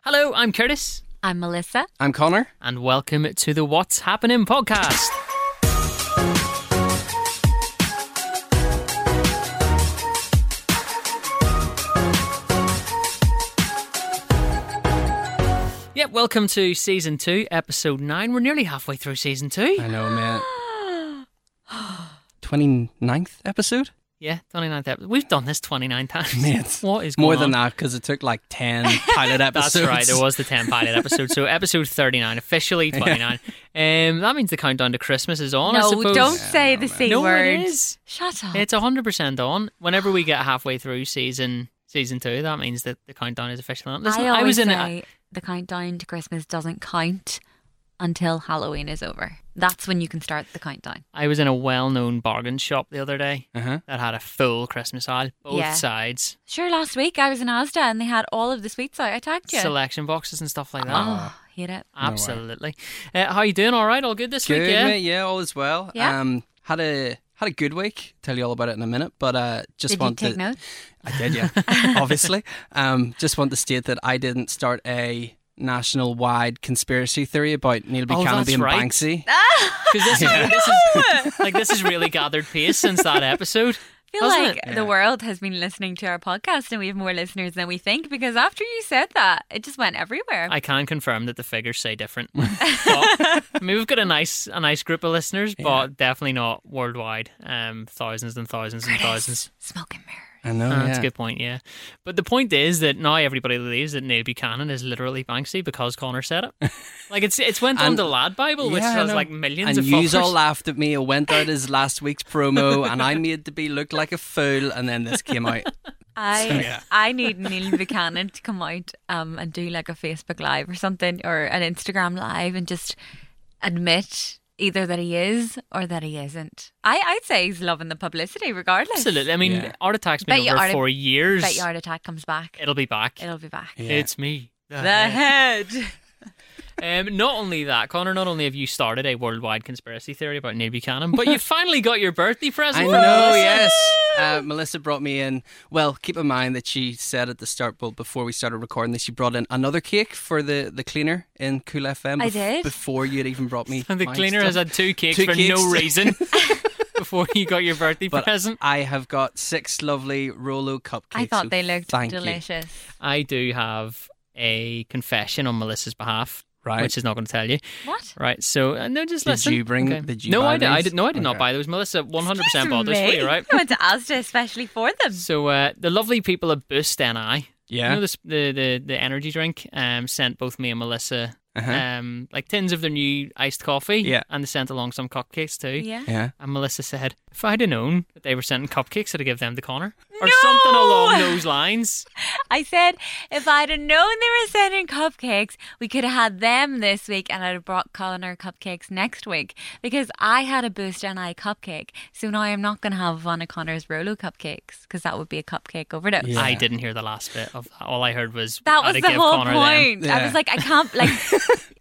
Hello, I'm Curtis, I'm Melissa. I'm Connor. and welcome to the What's Happening podcast. Yep, welcome to season two, episode nine. We're nearly halfway through season two. I know, man. 29th episode? Yeah, 29th episode. We've done this 29 times. Man, what is going more than on? that because it took like 10 pilot That's episodes. right. There was the 10 pilot episode. So episode 39, officially 29. Um, that means the countdown to Christmas is on, Oh, I no, suppose. don't say the C No, it word. is. Shut up. It's 100% on. Whenever we get halfway through season season two, that means that the countdown is officially on. Listen, I I, was always in say a, the countdown to Christmas doesn't count until Halloween is over. That's when you can start the countdown. I was in a well-known bargain shop the other day Uh-huh. that had a full Christmas aisle, both Yeah. sides, Sure, last week I was in Asda and they had all of the sweets out. I tagged you. selection boxes and stuff like that. Ah, oh, hate it. Absolutely. Uh, how you doing? All right? All good this Good, week? Yeah. mate. Yeah, all is well. Yeah. Um, had a had a good week. Tell you all about it in a minute, but uh, just Did you want take to. notes? I did, yeah. obviously, um, just want to state that I didn't start a national-wide conspiracy theory about Neil Oh, Buchanan that's being right. Ah! Banksy. 'Cause this, this is like this has really gathered pace since that episode. I feel Doesn't like it? the world has been listening to our podcast and we have more listeners than we think because after you said that, it just went everywhere. I can confirm that the figures say different. but, I mean, we've got a nice, a nice group of listeners, but definitely not worldwide. Um, thousands and thousands and thousands. Smoke and mirrors. I know. Uh, yeah. That's a good point, yeah. But the point is that now everybody believes that Neil Buchanan is literally Banksy because Connor said it. Like it's it's went on And- the Lad Bible, which Yeah, I has know. like millions and of yous followers. all laughed at me. I went out as last week's promo, and I made to be look like a fool, and then this came out. I So, yeah. I need Neil Buchanan to come out um, and do like a Facebook live or something or an Instagram live and just admit either that he is or that he isn't. I I'd say he's loving the publicity regardless. Absolutely. I mean, Yeah. Art Attack's been Bet you over Art- for years. Bet your heart attack comes back. It'll be back. It'll be back. Yeah. It's me. The head. Um, not only that, Connor, not only have you started a worldwide conspiracy theory about Neil Buchanan, but you finally got your birthday I present. know, from Melissa. yes. Uh, Melissa brought me in. Well, keep in mind that she said at the start, well, before we started recording this, she brought in another cake for the, the cleaner in Cool FM. I bef- did. Before you'd even brought me. And the my cleaner stuff. has had two cakes Two for no cakes. reason before you got your birthday But present. I have got six lovely Rolo cupcakes. I thought so they looked thank you. delicious. I do have a confession on Melissa's behalf, Right. which is not going to tell you. What? Right, so uh, no, just Did listen. you bring- did you no, buy I did. I these? did. No, I did not Okay. buy those. Melissa, one hundred percent bought those Excuse for you, me. right? I went to Asda especially for them. So uh, the lovely people at Boost NI, you Yeah. know this, the the the energy drink, um, sent both me and Melissa Uh-huh. um like tins of their new iced coffee, Yeah. and they sent along some cupcakes too. Yeah. yeah. And Melissa said, if I'd have known that they were sending cupcakes, I'd have given them to Connor. Or something along those lines. I said, if I'd have known they were sending cupcakes, we could have had them this week and I'd have brought Connor cupcakes next week because I had a Boost and I cupcake. So now I'm not going to have one of Connor's Rolo cupcakes because that would be a cupcake overdose. Yeah. I didn't hear the last bit of that. All I heard was, That "I'd was have the give whole Connor them." point. I Yeah. was like, I can't, like,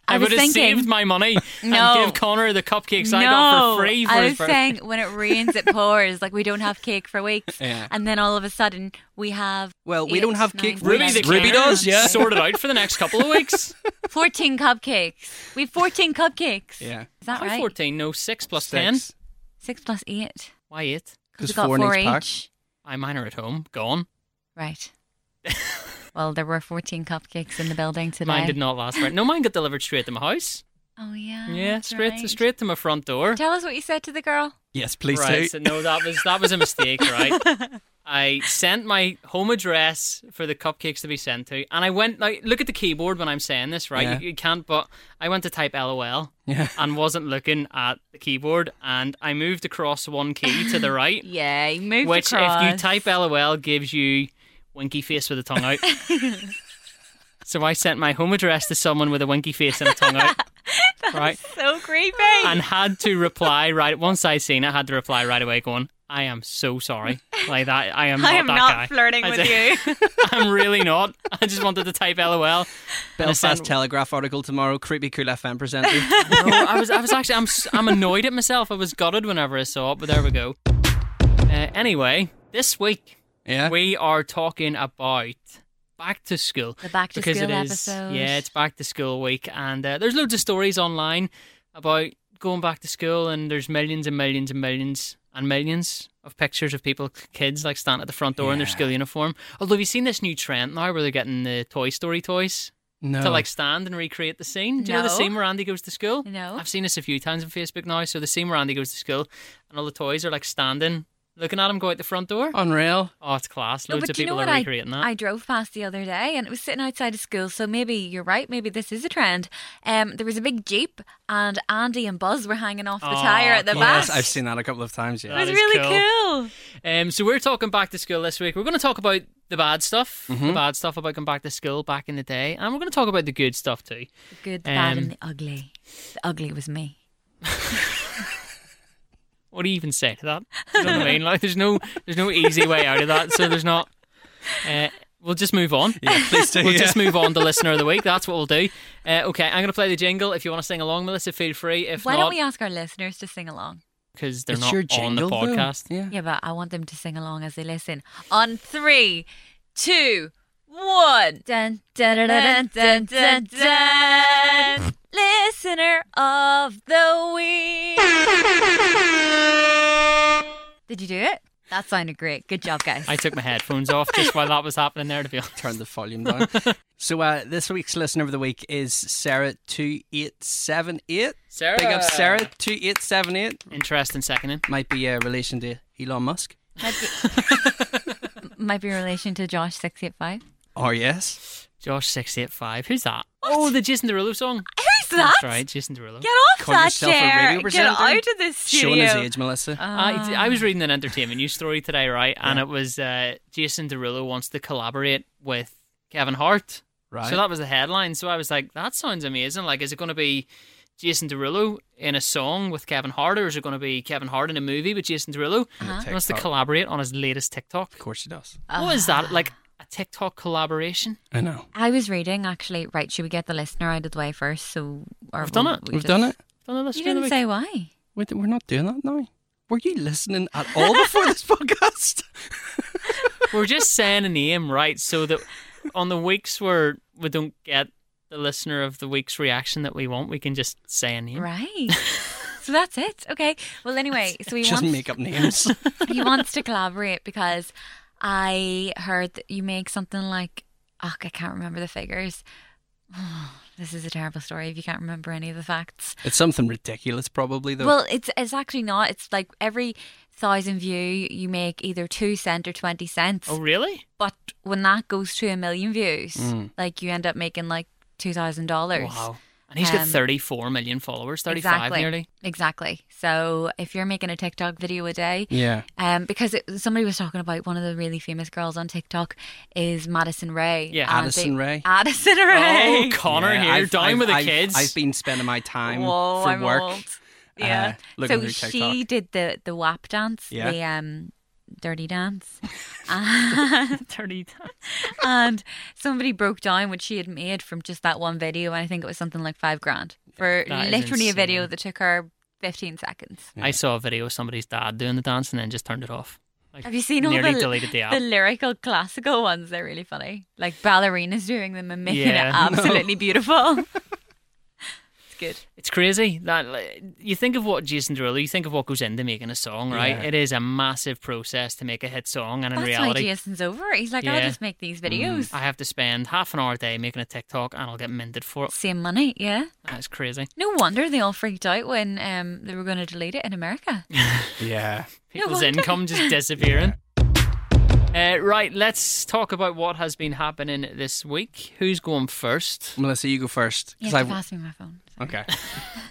I, I, was would have thinking. saved my money No. and give Connor the cupcakes no, I got for free for I his was birthday. saying when it rains, it pours. Like we don't have cake for weeks, Yeah. and then all of a sudden we have Well, we eight, don't have nine, cake for Ruby Yes, the ten, Ruby cleaner does, yeah. Sorted out for the next couple of weeks. 14 cupcakes. We have 14 cupcakes. Yeah. Is that Why right? 14? No, 6 plus 10. Six. Six plus eight. Why 8? 'Cause 'Cause we got four in each pack. I mine are at home. Gone. Right. well, there were 14 cupcakes in the building today. Mine did not last. Right. No, mine got delivered straight to my house. Oh, yeah. yeah, that's straight right. straight to my front door. Tell us what you said to the girl. Yes, please right, do. so no, that was that was a mistake, right? I sent my home address for the cupcakes to be sent to, and I went like look at the keyboard when I'm saying this, right? Yeah. You, you can't, but I went to type LOL Yeah. and wasn't looking at the keyboard, and I moved across one key to the right, Yeah, you moved which across. if you type LOL gives you winky face with a tongue out. so I sent my home address to someone with a winky face and a tongue out, right? So creepy. and had to reply right once I seen it, had to reply right away, going, "I am so sorry. Like that, I am not I am that not guy. flirting I with said- you. I'm really not. I just wanted to type LOL." Belfast sent- Telegraph article tomorrow. Creepy Cool FM presenter. No, I was, I was actually, I'm, s- I'm annoyed at myself. I was gutted whenever I saw it, but there we go. Uh, anyway, this week yeah. we are talking about back to school. The back to because school it is episode. yeah it's back to school week and uh, there's loads of stories online about going back to school and there's millions and millions and millions and millions of pictures of people kids like standing at the front door in their Yeah. school uniform although have you seen this new trend now where they're getting the toy story toys No. to like stand and recreate the scene do you know the No. scene where andy goes to school No. i've seen this a few times on facebook now so the scene where andy goes to school and all the toys are like standing looking at him go out the front door Unreal. oh it's class No, loads but of do you know people what are I, recreating that I drove past the other day and it was sitting outside of school, so maybe you're right, maybe this is a trend. Um, there was a big Jeep and Andy and Buzz were hanging off the Aw, tyre at the cool. back. Yes, I've seen that a couple of times. it Yeah. That was is really cool. cool. Um, so we're talking back to school this week. We're going to talk about the bad stuff, Mm-hmm. the bad stuff about going back to school back in the day, and we're going to talk about the good stuff too. The good, the bad, Um, and the ugly. The ugly was me. What do you even say to that? Do you know what I mean? Like, there's no, there's no easy way out of that. So there's not. Uh, we'll just move on. Yeah, please do. We'll yeah. just move on to listener of the week. That's what we'll do. Uh, okay, I'm going to play the jingle. If you want to sing along, Melissa, feel free. If Why not, don't we ask our listeners to sing along? because they're It's not your on jingle, the though. podcast. Yeah. Yeah, but I want them to sing along as they listen. On three, two, one. Dun, dun, dun, dun, dun, dun, dun, dun. Listener of the week. Did you do it? That sounded great. Good job, guys. I took my headphones off just while that was happening there. To be honest, Turn the volume down. so uh, this week's listener of the week is Sarah two eight seven eight. Sarah, Big up Sarah two eight seven eight. Interesting seconding. Might be a relation to Elon Musk. Might be, might be in relation to Josh six eight five. Or Oh, yes. Josh six eight five. Who's that? Oh, the Jason Derulo song. Who's that? That's right, Jason Derulo. Get off Call that yourself a radio chair. Get presenter? out of this studio. Showing his age, Melissa. Uh, I, I was reading an entertainment news story today, right? And it was uh, Jason Derulo wants to collaborate with Kevin Hart. right. So that was the headline. So I was like, that sounds amazing. Like, is it going to be Jason Derulo in a song with Kevin Hart, or is it going to be Kevin Hart in a movie with Jason Derulo? He wants to TikTok. collaborate on his latest TikTok. of course he does. What is that? Like Uh-huh. a TikTok collaboration? I know. I was reading actually. Right, should we get the listener out of the way first? So or We've done we'll- it. we We've just- done it. Don't know, let's You do the didn't week. say why. Wait, we're not doing that now. Were you listening at all before this podcast? We're just saying a name, right? So that on the weeks where we don't get the listener of the week's reaction that we want, we can just say a name. Right. so that's it. Okay. Well, anyway, so he Just wants make up names. he wants to collaborate because I heard that you make something like oh, I can't remember the figures. this is a terrible story if you can't remember any of the facts. it's something ridiculous, probably though. Well, it's it's actually not. It's like every thousand view you make either two cent or twenty cents. Oh, really? But when that goes to a million views, Mm. like you end up making like two thousand dollars. Wow. And he's got Um, 34 million followers, 35 exactly. nearly. Exactly. So if you're making a TikTok video a day, yeah. um, because it, somebody was talking about one of the really famous girls on TikTok is Madison Ray. Yeah. and Addison they- Ray. Addison Ray. Oh, Connor Yeah, here, I've- down I've- with the I've- kids. I've been spending my time Whoa, for I'm work. old. uh, Yeah. looking so through TikTok. she did the the WAP dance, Yeah. the um, dirty dance, and, 30 and somebody broke down what she had made from just that one video, and I think it was something like five grand for That is literally a video insane. that took her fifteen seconds. I saw a video of somebody's dad doing the dance and then just turned it off. Like, Have you seen all nearly the, deleted the app. the lyrical classical ones? They're really funny. Like ballerinas doing them and making Yeah. it absolutely beautiful. it's good. It's crazy that like, you think of what Jason Derulo, you think of what goes into making a song, right? Yeah. It is a massive process to make a hit song, and in That's reality, why Jason's over. it. He's like, I'll Yeah. Mm. just make these videos. I have to spend half an hour a day making a TikTok, and I'll get minted for it. Same money, yeah. That's crazy. No wonder they all freaked out when um, they were going to delete it in America. Yeah. People's wonder. income just disappearing. Uh, right, let's talk about what has been happening this week. Who's going first? Melissa, you go first. You 'cause have to I- pass me my phone. okay.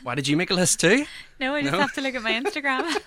Why did you make a list too? No, I just No. have to look at my Instagram.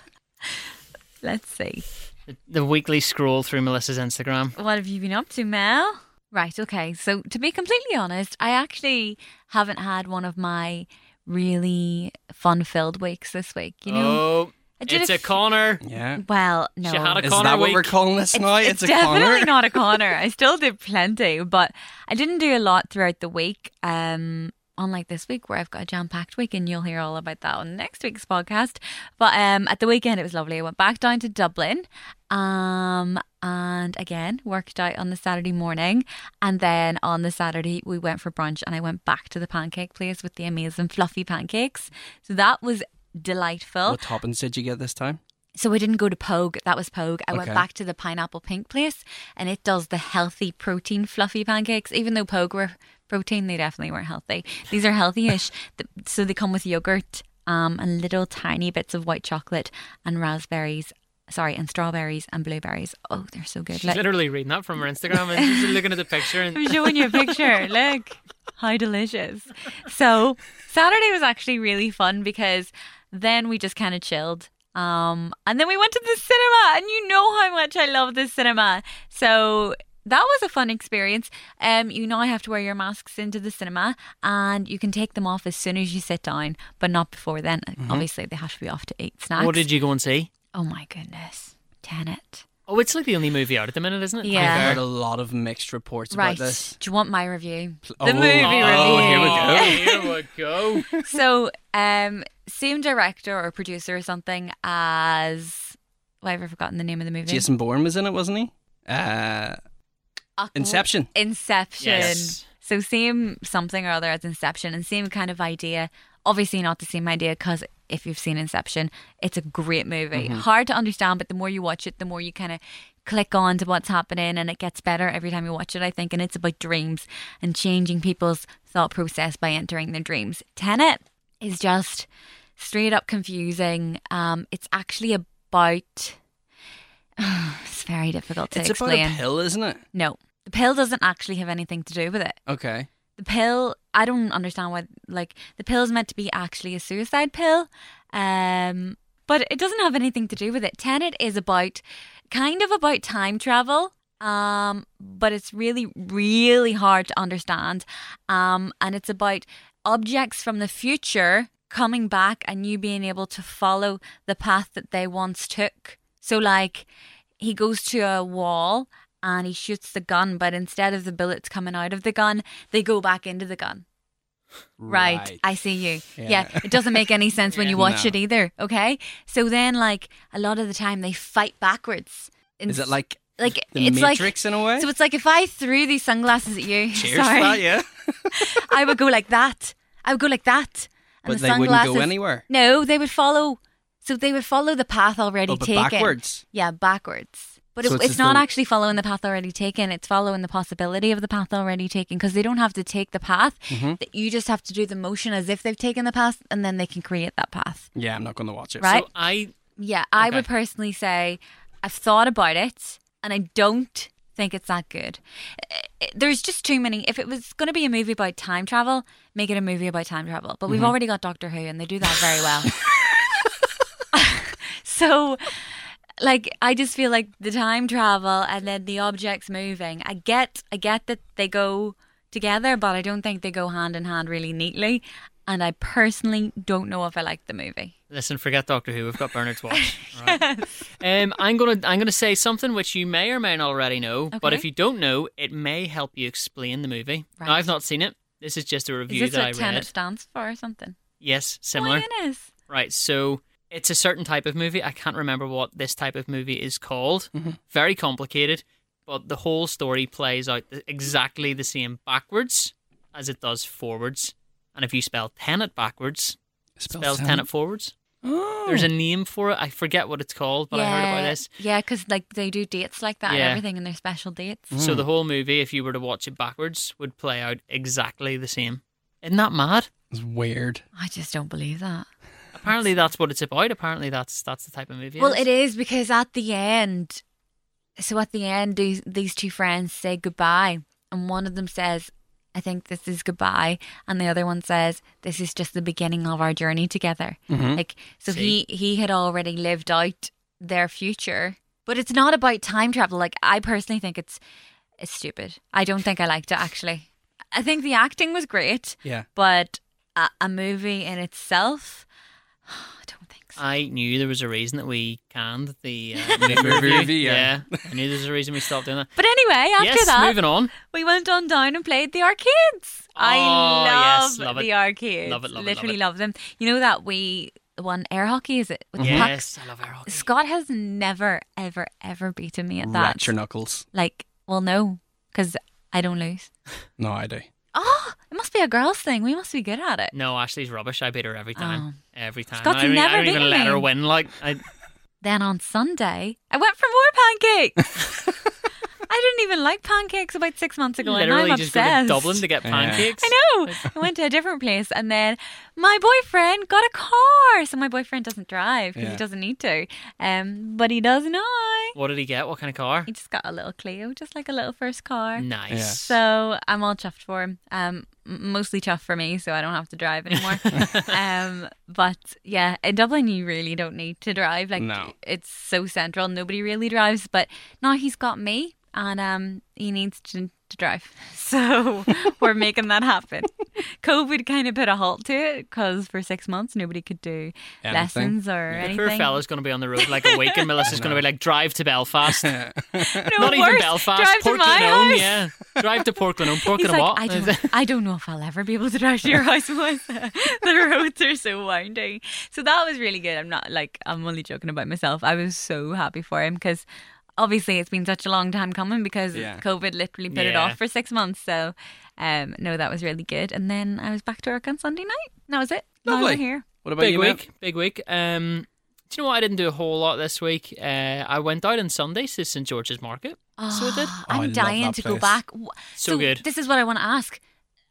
Let's see. The, the weekly scroll through Melissa's Instagram. What have you been up to, Mel? Right, okay. So, to be completely honest, I actually haven't had one of my really fun filled weeks this week. You know, oh, I did it's a a f- Connor. Yeah. well, no. She had a Is Connor that what week. we're calling this now? It's, a definitely Connor. not a Connor. I still did plenty, but I didn't do a lot throughout the week. Um, unlike this week where I've got a jam packed week and you'll hear all about that on next week's podcast. But um, at the weekend, it was lovely. I went back down to Dublin um, and again worked out on the Saturday morning. And then on the Saturday, we went for brunch and I went back to the pancake place with the amazing fluffy pancakes. So that was delightful. What toppings did you get this time? So I didn't go to Pogue. That was Pogue. I went Okay. back to the Pineapple Pink place, and it does the healthy protein fluffy pancakes. Even though Pogue were protein, they definitely weren't healthy. These are healthy-ish. Th- so they come with yogurt, um, and little tiny bits of white chocolate and raspberries. Sorry, and strawberries and blueberries. Oh, they're so good. She's Look, literally reading that from her Instagram and she's looking at the picture and I'm showing you a picture. Look how delicious. So Saturday was actually really fun because then we just kind of chilled. Um, and then we went to the cinema, and you know how much I love the cinema. So that was a fun experience. Um, you now have to wear your masks into the cinema, and you can take them off as soon as you sit down, but not before then. Obviously, they have to be off to eat snacks. what did you go and see? oh my goodness, Tenet. Oh, it's like the only movie out at the minute, isn't it? Yeah. I've heard a lot of mixed reports Right. about this. Do you want my review? The oh, movie oh, review. here we go. Here we go. so um same director or producer or something as well, I've ever forgotten the name of the movie. Jason Bourne was in it, wasn't he? Uh, Aqua- Inception. Inception. Yes. So same something or other as Inception and same kind of idea. Obviously not the same idea because if you've seen Inception, it's a great movie. Mm-hmm. Hard to understand, but the more you watch it, the more you kind of click on to what's happening and it gets better every time you watch it, I think. And it's about dreams and changing people's thought process by entering their dreams. Tenet is just straight up confusing. Um, it's actually about. it's very difficult to It's about explain. a pill, isn't it? No, the pill doesn't actually have anything to do with it. Okay. The pill, I don't understand why. Like the pill's meant to be actually a suicide pill, um, but it doesn't have anything to do with it. Tenet is about, kind of about time travel. Um, but it's really, really hard to understand. Um, and it's about objects from the future coming back and you being able to follow the path that they once took. So, like, he goes to a wall and he shoots the gun, but instead of the bullets coming out of the gun, they go back into the gun. Right. I see you. Yeah. Yeah. It doesn't make any sense when you watch No. it either. Okay. So then, like, a lot of the time they fight backwards. In- Is it like like the it's Matrix like in a way? so it's like if I threw these sunglasses at you, Cheers sorry, for that, yeah. I would go like that. I would go like that. And But the they wouldn't sunglasses, go anywhere. No, they would follow. So they would follow the path already Oh, but taken. backwards. Yeah, backwards. But So it, it's it's, as not though- actually following the path already taken. It's following the possibility of the path already taken because they don't have to take the path. Mm-hmm. That You just have to do the motion as if they've taken the path, and then they can create that path. Yeah, I'm not going to watch it. Right? So I Yeah, I would Okay. personally say I've thought about it and I don't think it's that good. Eh, eh, There's just too many. If it was going to be a movie about time travel, make it a movie about time travel. But we've already got Doctor Who and they do that very well. so, like, I just feel like the time travel and then the objects moving. I get, I get that they go together, but I don't think they go hand in hand really neatly. And I personally don't know if I like the movie. listen, forget Doctor Who. We've got Bernard's watch. all Right? um, I'm gonna I'm gonna say something which you may or may not already know, but Okay. if you don't know, it may help you explain the movie. Now, Right. I've not seen it. This is just a Is review this that I what read. Tenet stands for or something? Yes, similar. Oh, it is. Right, so it's a certain type of movie. I can't remember what this type of movie is called. Mm-hmm. Very complicated, but the whole story plays out th- exactly the same backwards as it does forwards. And if you spell tenet backwards, spells tenet forwards. Oh. There's a name for it. I forget what it's called, but I heard about this. Hmm. Yeah, because like they do dates like that and Yeah. Mm. everything, and they're special dates. So the whole movie, if you were to watch it backwards, would play out exactly the same. Isn't that mad? It's weird. I just don't believe that. Apparently that's what it's about. Apparently that's that's the type of movie. Well, it is because at the end, so at the end, these, these two friends say goodbye, and one of them says, "I think this is goodbye," and the other one says, "This is just the beginning of our journey together." Like, so he he had already lived out their future, but it's not about time travel. Like, I personally think it's it's stupid. I don't think I liked it actually. I think the acting was great, Yeah. but a, a movie in itself, I don't think so. I knew there was a reason that we canned the uh, movie Movie review. review, yeah. I knew there was a reason we stopped doing that. But anyway, after yes, that, moving on. we went on down and played the arcades. I Oh, love yes, Love it. They are kids. Love it, love it, love Literally it. love them. You know that we one air hockey is it? With the puck? Yes, I love air hockey. Scott has never, ever, ever beaten me at that. Ratchet knuckles. Like, well, no, because I don't lose. No, I do. Oh, it must be a girls' thing. We must be good at it. No, Ashley's rubbish. I beat her every time. Every time. Scott's I don't, even- Oh. never I don't even beaten let her me. win. Like I, Then on Sunday, I went for more pancakes. I didn't even like pancakes about six months ago, literally and I'm just go to obsessed. Dublin to get Yeah. pancakes. I know. I went to a different place, and then my boyfriend got a car. So my boyfriend doesn't drive because Yeah. he doesn't need to, um, but he does now. What did he get? What kind of car? He just got a little Clio, just like a little first car. Nice. So I'm all chuffed for him. Um, m- mostly chuffed for me, so I don't have to drive anymore. um, but yeah, in Dublin you really don't need to drive. Like No. it's so central, nobody really drives. But now he's got me, and um, he needs to, to drive. So we're making that happen. COVID kind of put a halt to it because for six months nobody could do Anything. lessons or The anything. poor fella's going to be on the road like a week, and Melissa's going to be like, drive to Belfast. No, Not even worse, Belfast. Drive Port to my Glenone, house. yeah. Drive to Port Glenone. Port He's Glenone. like, I don't, I don't know if I'll ever be able to drive to your house because the roads are so winding. So that was really good. I'm not like I'm only joking about myself. I was so happy for him because obviously it's been such a long time coming because Yeah. COVID literally put it Yeah. off for six months. So um, no, that was really good. And then I was back to work on Sunday night. And That was it. Now we're Lovely. here. What about big you, week, big week. Um, do you know what? I didn't do a whole lot this week. Uh, I went out on Sunday to St George's Market. so I did. I Oh, I'm love dying that to go place. back. W- So good. This is what I want to ask.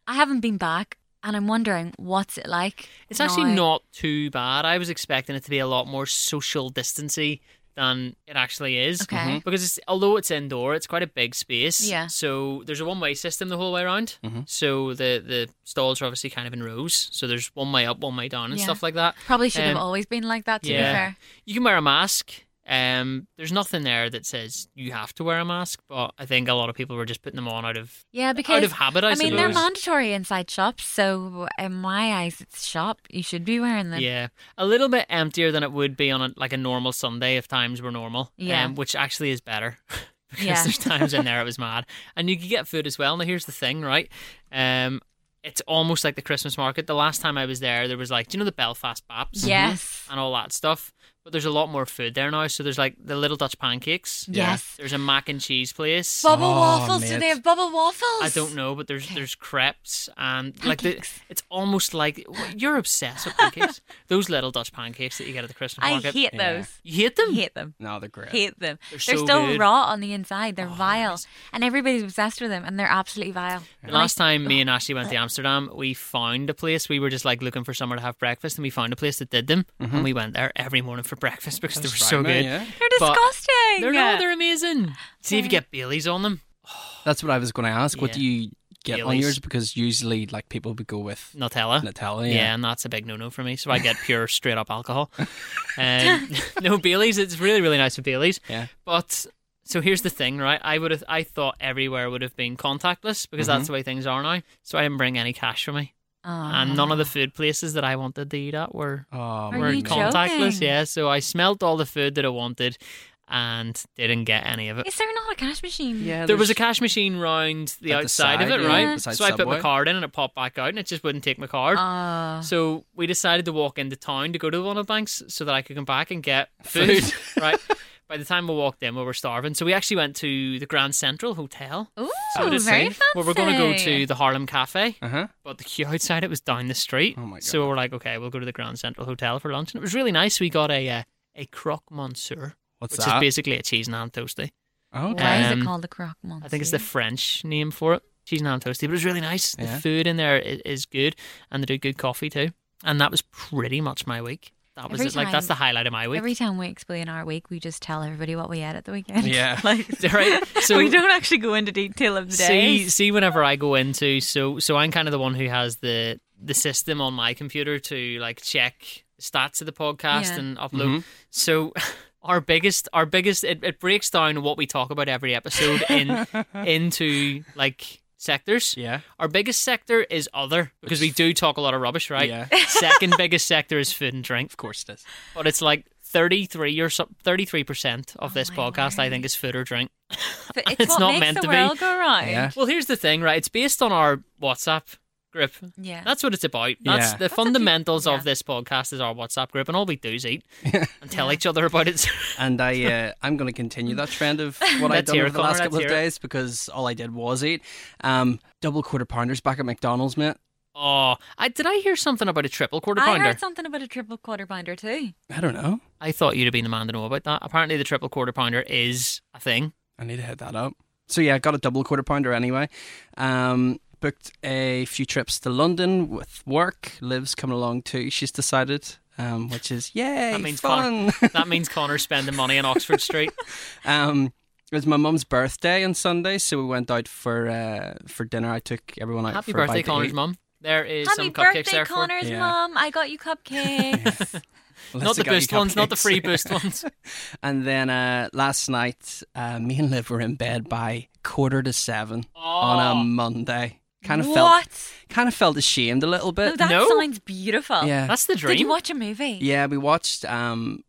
I haven't been back, and I'm wondering what's it like. It's actually now? not too bad. I was expecting it to be a lot more social distancy than it actually is. Okay. Mhm. Because it's, although it's indoor, it's quite a big space. Yeah. Mm-hmm. So there's a one way system the whole way around. So the, the stalls are obviously kind of in rows. So there's one way up, one way down, and Yeah. stuff like that. Probably should have Um, always been like that. To yeah. be fair, You can wear a mask. Um, there's nothing there that says you have to wear a mask, but I think a lot of people were just putting them on out of yeah, because out of habit. I, I mean they're suppose. mandatory inside shops, so in my eyes, it's shop. You should be wearing them. Yeah, a little bit emptier than it would be on a, like a normal Sunday if times were normal. Yeah. um, which actually is better because Yeah. there's times in there it was mad, and you could get food as well. Now here's the thing, right? Um, it's almost like the Christmas market. The last time I was there, there was like, do you know the Belfast Baps? Mm-hmm. Yes. and all that stuff. But there's a lot more food there now. So there's like the little Dutch pancakes. Yeah. Yes. There's a mac and cheese place. Bubble Oh, waffles. Do mate. they have bubble waffles? I don't know, but there's there's crepes and like the, Pancakes. it's almost like you're obsessed with pancakes. Those little Dutch pancakes that you get at the Christmas I market. hate Yeah. those. you hate them. Hate them. No, they're great. Hate them. They're, so still good. Oh, raw on the inside. They're vile, and everybody's obsessed with them, and they're absolutely vile. The Last time Oh. me and Ashley went to Amsterdam, we found a place. We were just like looking for somewhere to have breakfast, and we found a place that did them. And we went there every morning for breakfast because they were so Mm-hmm. Right, man, good. yeah. They're But disgusting. They're no, they're amazing. See if you get Bailey's on them. That's what I was going to ask. What Yeah. do you get on Baileys. yours? Because usually, like people would go with Nutella. Nutella. Yeah. Yeah. and that's a big no no for me. So I get pure straight up alcohol. Um, no Bailey's. It's really really nice with Bailey's. Yeah. But so here's the thing, right? I would have I thought everywhere would have been contactless because Mm-hmm. that's the way things are now. So I didn't bring any cash with me, Oh, and none of Ah. the food places that I wanted to eat at were Oh, Are were you man. joking? contactless. Yeah, so I smelt all the food that I wanted and didn't get any of it. Is there not a cash machine? Yeah, There was a there's- cash machine round the At the outside of side, it, yeah, right? beside So I put my Subway. card in and it popped back out, and it just wouldn't take my card. Oh. So we decided to walk into town to go to one of the banks so that I could come back and get food. Food. right. By the time we walked in, we were starving. So we actually went to the Grand Central Hotel. Ooh, Oh, So to very see fancy. Where we're going to go to the Harlem Cafe, Uh-huh. but the queue outside it was down the street. Oh my So we were like, okay, we'll go to the Grand Central Hotel for lunch, and it was really nice. We got a uh, a croque monsieur, What's which is that? basically a cheese and ham toasty. Oh, okay. Why is Um, it called the croque monsieur? I think it's the French name for it. Cheese and ham toasty, but it was really nice. Yeah. The food in there is, is good, and they do good coffee too. And that was pretty much my week. That was Every it. like that's time- the highlight of my week. Every time we explain our week, we just tell everybody what we had at the weekend. Yeah. like Right, so- we don't actually go into detail of the see, day. see, whenever I go into, so so I'm kind of the one who has the the system on my computer to like check stats of the podcast Yeah. and upload. So. Our biggest, our biggest, it, it breaks down what we talk about every episode in into like sectors. Yeah. Our biggest sector is other because we do talk a lot of rubbish, right? Yeah. Second biggest sector is food and drink, Of course it is. but it's like 33 or so, 33% of this Oh my podcast I word. think is food or drink. But it's what not makes meant the to be. world go round. Yeah. Well, here's the thing, right? It's based on our WhatsApp group. Yeah. That's what it's about. That's Yeah. the That's fundamentals yeah. of this podcast is our WhatsApp group, and all we do is eat and tell each other about it. And I, uh, I'm going to continue that trend of what I've Let's done hear over it, the last Connor, couple of let's hear it. days because all I did was eat um, double quarter pounders back at McDonald's, mate. oh, I, did I hear something about a triple quarter I pounder? heard something about a triple quarter pounder too. I don't know. I thought you'd have been the man to know about that. Apparently, the triple quarter pounder is a thing. I need to hit that up. So yeah, I got a double quarter pounder anyway. Um, booked a few trips to London with work. Liv's coming along too. She's decided, um, which is yay, That means fun. That means Connor's spending money on Oxford Street. um, it was my mum's birthday on Sunday, so we went out for uh, for dinner. I took everyone out. Happy for a birthday, bite to Connor's eat. mum. There is Happy some cupcakes birthday, there for. Connor's Yeah. mum. I got you cupcakes. Unless Not they the got you boost ones, not the cupcakes. free boost ones. And then uh, last night, uh, me and Liv were in bed by quarter to seven on a Monday. Kind of felt, what? kind of felt ashamed a little bit. No, that No. sounds beautiful. yeah, That's the Did you dream. watch a movie? Yeah, we watched um,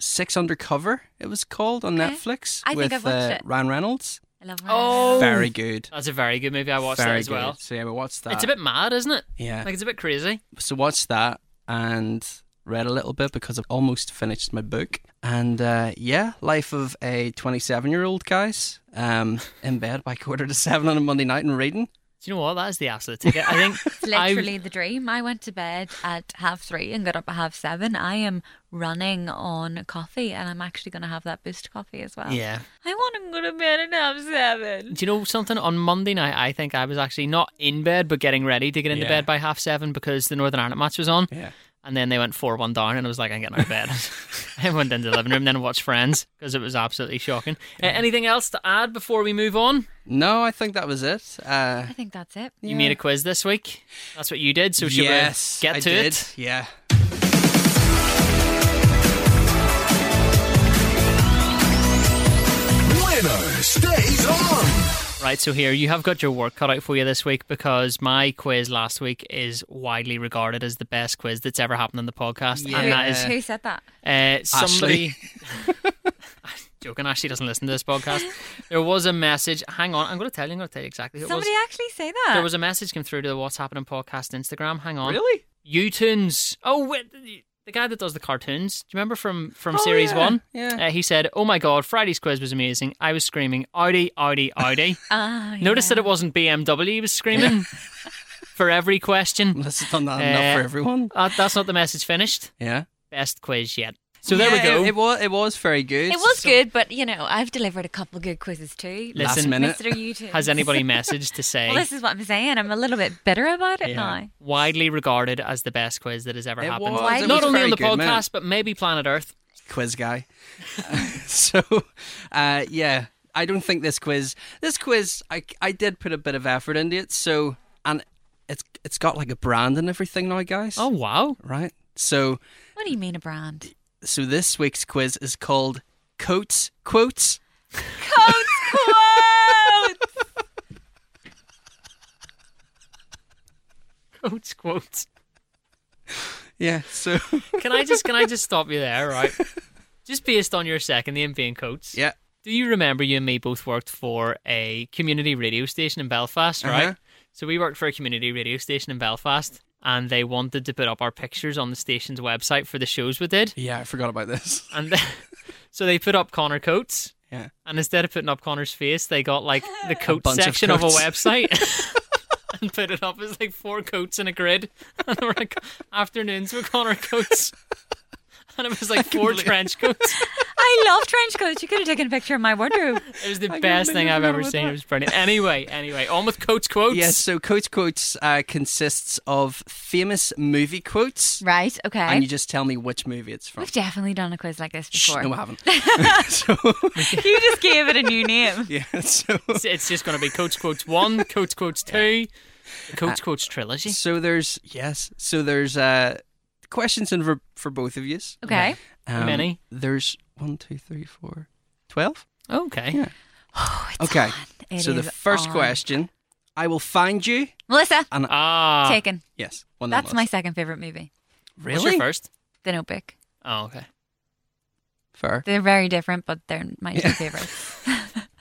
Six Undercover. It was called on Okay. Netflix I think with I've watched uh, it. Ryan Reynolds. I love Ryan Oh. Very good. That's a very good movie. I watched Very that as well. good. So yeah, we watched that. It's a bit mad, isn't it? yeah. Like it's a bit crazy. so watched that and read a little bit because I've almost finished my book. And uh, yeah, life of a 27 year old guys um, in bed by quarter to seven on a Monday night and reading. Do you know what? That is the absolute ticket. I think It's I- literally the dream. I went to bed at half three and got up at half seven. I am running on coffee and I'm actually going to have that boost coffee as well. yeah. I want to go to bed at half seven. Do you know something? On Monday night, I think I was actually not in bed, but getting ready to get into Yeah. bed by half seven because the Northern Ireland match was on. Yeah. And then they went 4 1 down, and I was like, I'm getting out of bed. I went into the living room, then watched Friends because it was absolutely shocking. Uh, anything else to add before we move on? No, I think that was it. Uh, I think that's it. You made a quiz this week. That's what you did. So should yes, we get I to did. it? Yeah. Winner stays on. Right. So here you have got your work cut out for you this week because my quiz last week is widely regarded as the best quiz that's ever happened on the podcast, and that is Yeah. Who said that? Uh, somebody. Joking, Ashley doesn't listen to this podcast. There was a message. Hang on, I'm going to tell you. I'm going to tell you exactly who it was. Somebody actually say that. There was a message came through to the What's Happening podcast Instagram. Hang on, Really? Utunes. Oh, wait, the- the guy that does the cartoons. Do you remember from from Oh, series yeah, one? yeah. Uh, he said, "Oh my god, Friday's quiz was amazing. I was screaming Audi, Audi, Audi." Ah, Notice yeah. that it wasn't BMW. He was screaming for every question. Unless it's done that enough Uh, for everyone. Uh, that's not the message finished. Yeah. Best quiz yet. So there Yeah, we go. It, it was it was very good. It was So- good, but you know, I've delivered a couple good quizzes too. Last Listen, minute. Mr. YouTube. Has anybody messaged to say Well, this is what I'm saying. I'm a little bit bitter about it Yeah. now. widely regarded as the best quiz that has ever It happened? was. Why- It Not was only on very the good, podcast, man. but maybe Planet Earth. quiz guy. so, uh, yeah, I don't think this quiz. This quiz, I I did put a bit of effort into it. So, and it's it's got like a brand and everything now, guys. Oh wow! right. So, What do you mean a brand? so this week's quiz is called Coats Quotes. Codes quotes. Quotes, quotes. Yeah. So, Can I just can I just stop you there, right? Just based on your second name being Coates. yeah. Do you remember you and me both worked for a community radio station in Belfast, right? Uh-huh. So we worked for a community radio station in Belfast, and they wanted to put up our pictures on the station's website for the shows we did, Yeah, I forgot about this. and so they put up Connor Coates. Yeah. And instead of putting up Connor's face, they got like the coat bunch of section of, a coats. website and put it up as like four coats in a grid. And they were like afternoons with Connor coats. And it was like four trench coats. I love trench coats. You could have taken a picture of my wardrobe. It was the I best completely thing I've forgot ever about seen. that. It was brilliant. Anyway, anyway, on with coats quotes. Yes. so, Coats Quotes uh, consists of famous movie quotes, Right. Okay. and you just tell me which movie it's from. We've definitely done a quiz like this Shh, before. no, I haven't. so, you just gave it a new name. yeah. So, It's, it's just going to be coats quotes one, coats quotes two, the Uh, coats quotes trilogy. So there's yes. So there's uh questions in for, for both of you. Okay. Um, Many. There's one, two, three, four, twelve. Okay. Yeah. Oh, it's Okay. on. It so the is first on. question, I will find you. Melissa, Ah. taken. Yes, one. That's that my lost. second favorite movie. really What's your first? The Notebook. Oh, okay. Fair. They're very different, but they're my two favorites.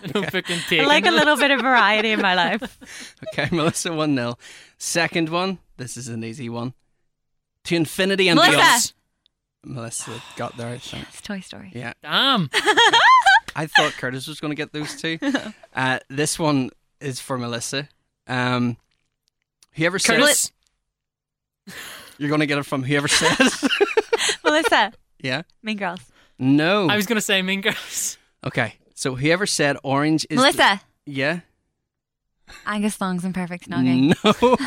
Notebook and I taken. like a little bit of variety in my life. Okay, Melissa, 1 0. Second one, this is an easy one. To infinity and Melissa! beyond. Melissa got there. I think. It's Toy Story. Yeah, Damn. I thought Curtis was going to get those two. Uh, this one is for Melissa. Um, whoever says Curtis. you're going to get it from whoever says. Melissa, yeah. Mean Girls. No. I was going to say Mean Girls. Okay. So whoever said orange is the- Melissa, yeah. Angus Thongs and Perfect Snogging. No.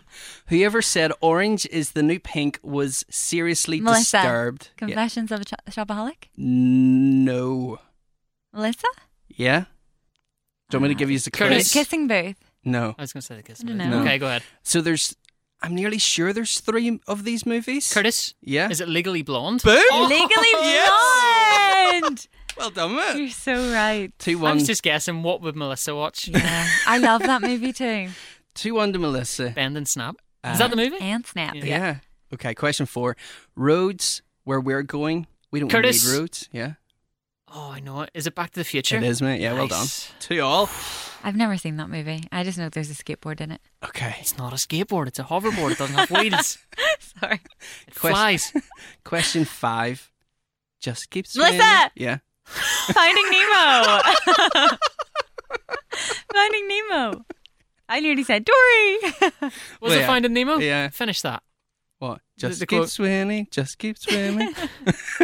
whoever said orange is the new pink was seriously Melissa. disturbed. Yeah. Confessions of a Cho- Shopaholic. No. Melissa, Yeah. Do you want me to give you the clue? Ah. Curtis. Kissing Booth. No. I was going to say the kiss. I don't know. Okay, go ahead. So there's. I'm nearly sure there's three of these movies. Curtis, Yeah. is it Oh. Legally Blonde? Boom. Legally Blonde. Well done, mate. You're so right. Two I one. was Mm. just guessing. What would Melissa watch? Yeah, I love that movie too. Two one to Melissa. Bend and Snap. Uh, Is that the movie? And Snap. Yeah. Yeah. Okay. Question four. Roads where we're going. We don't Curtis. need roads. Yeah. Oh, I know it. Is it Back to the Future? It is, mate. Yeah. Well done. Nice. Two all. I've never seen that movie. I just know there's a skateboard in it. Okay. It's not a skateboard. It's a hoverboard. It doesn't have wheels. Sorry. It Question- flies. Question five. Just keeps. Melissa! raining. Yeah. Finding Nemo. Finding Nemo. I nearly said Dory. Was Well, it yeah. Finding Nemo? Yeah. Finish that. What? The- Just the keep quote- swimming, just keep swimming.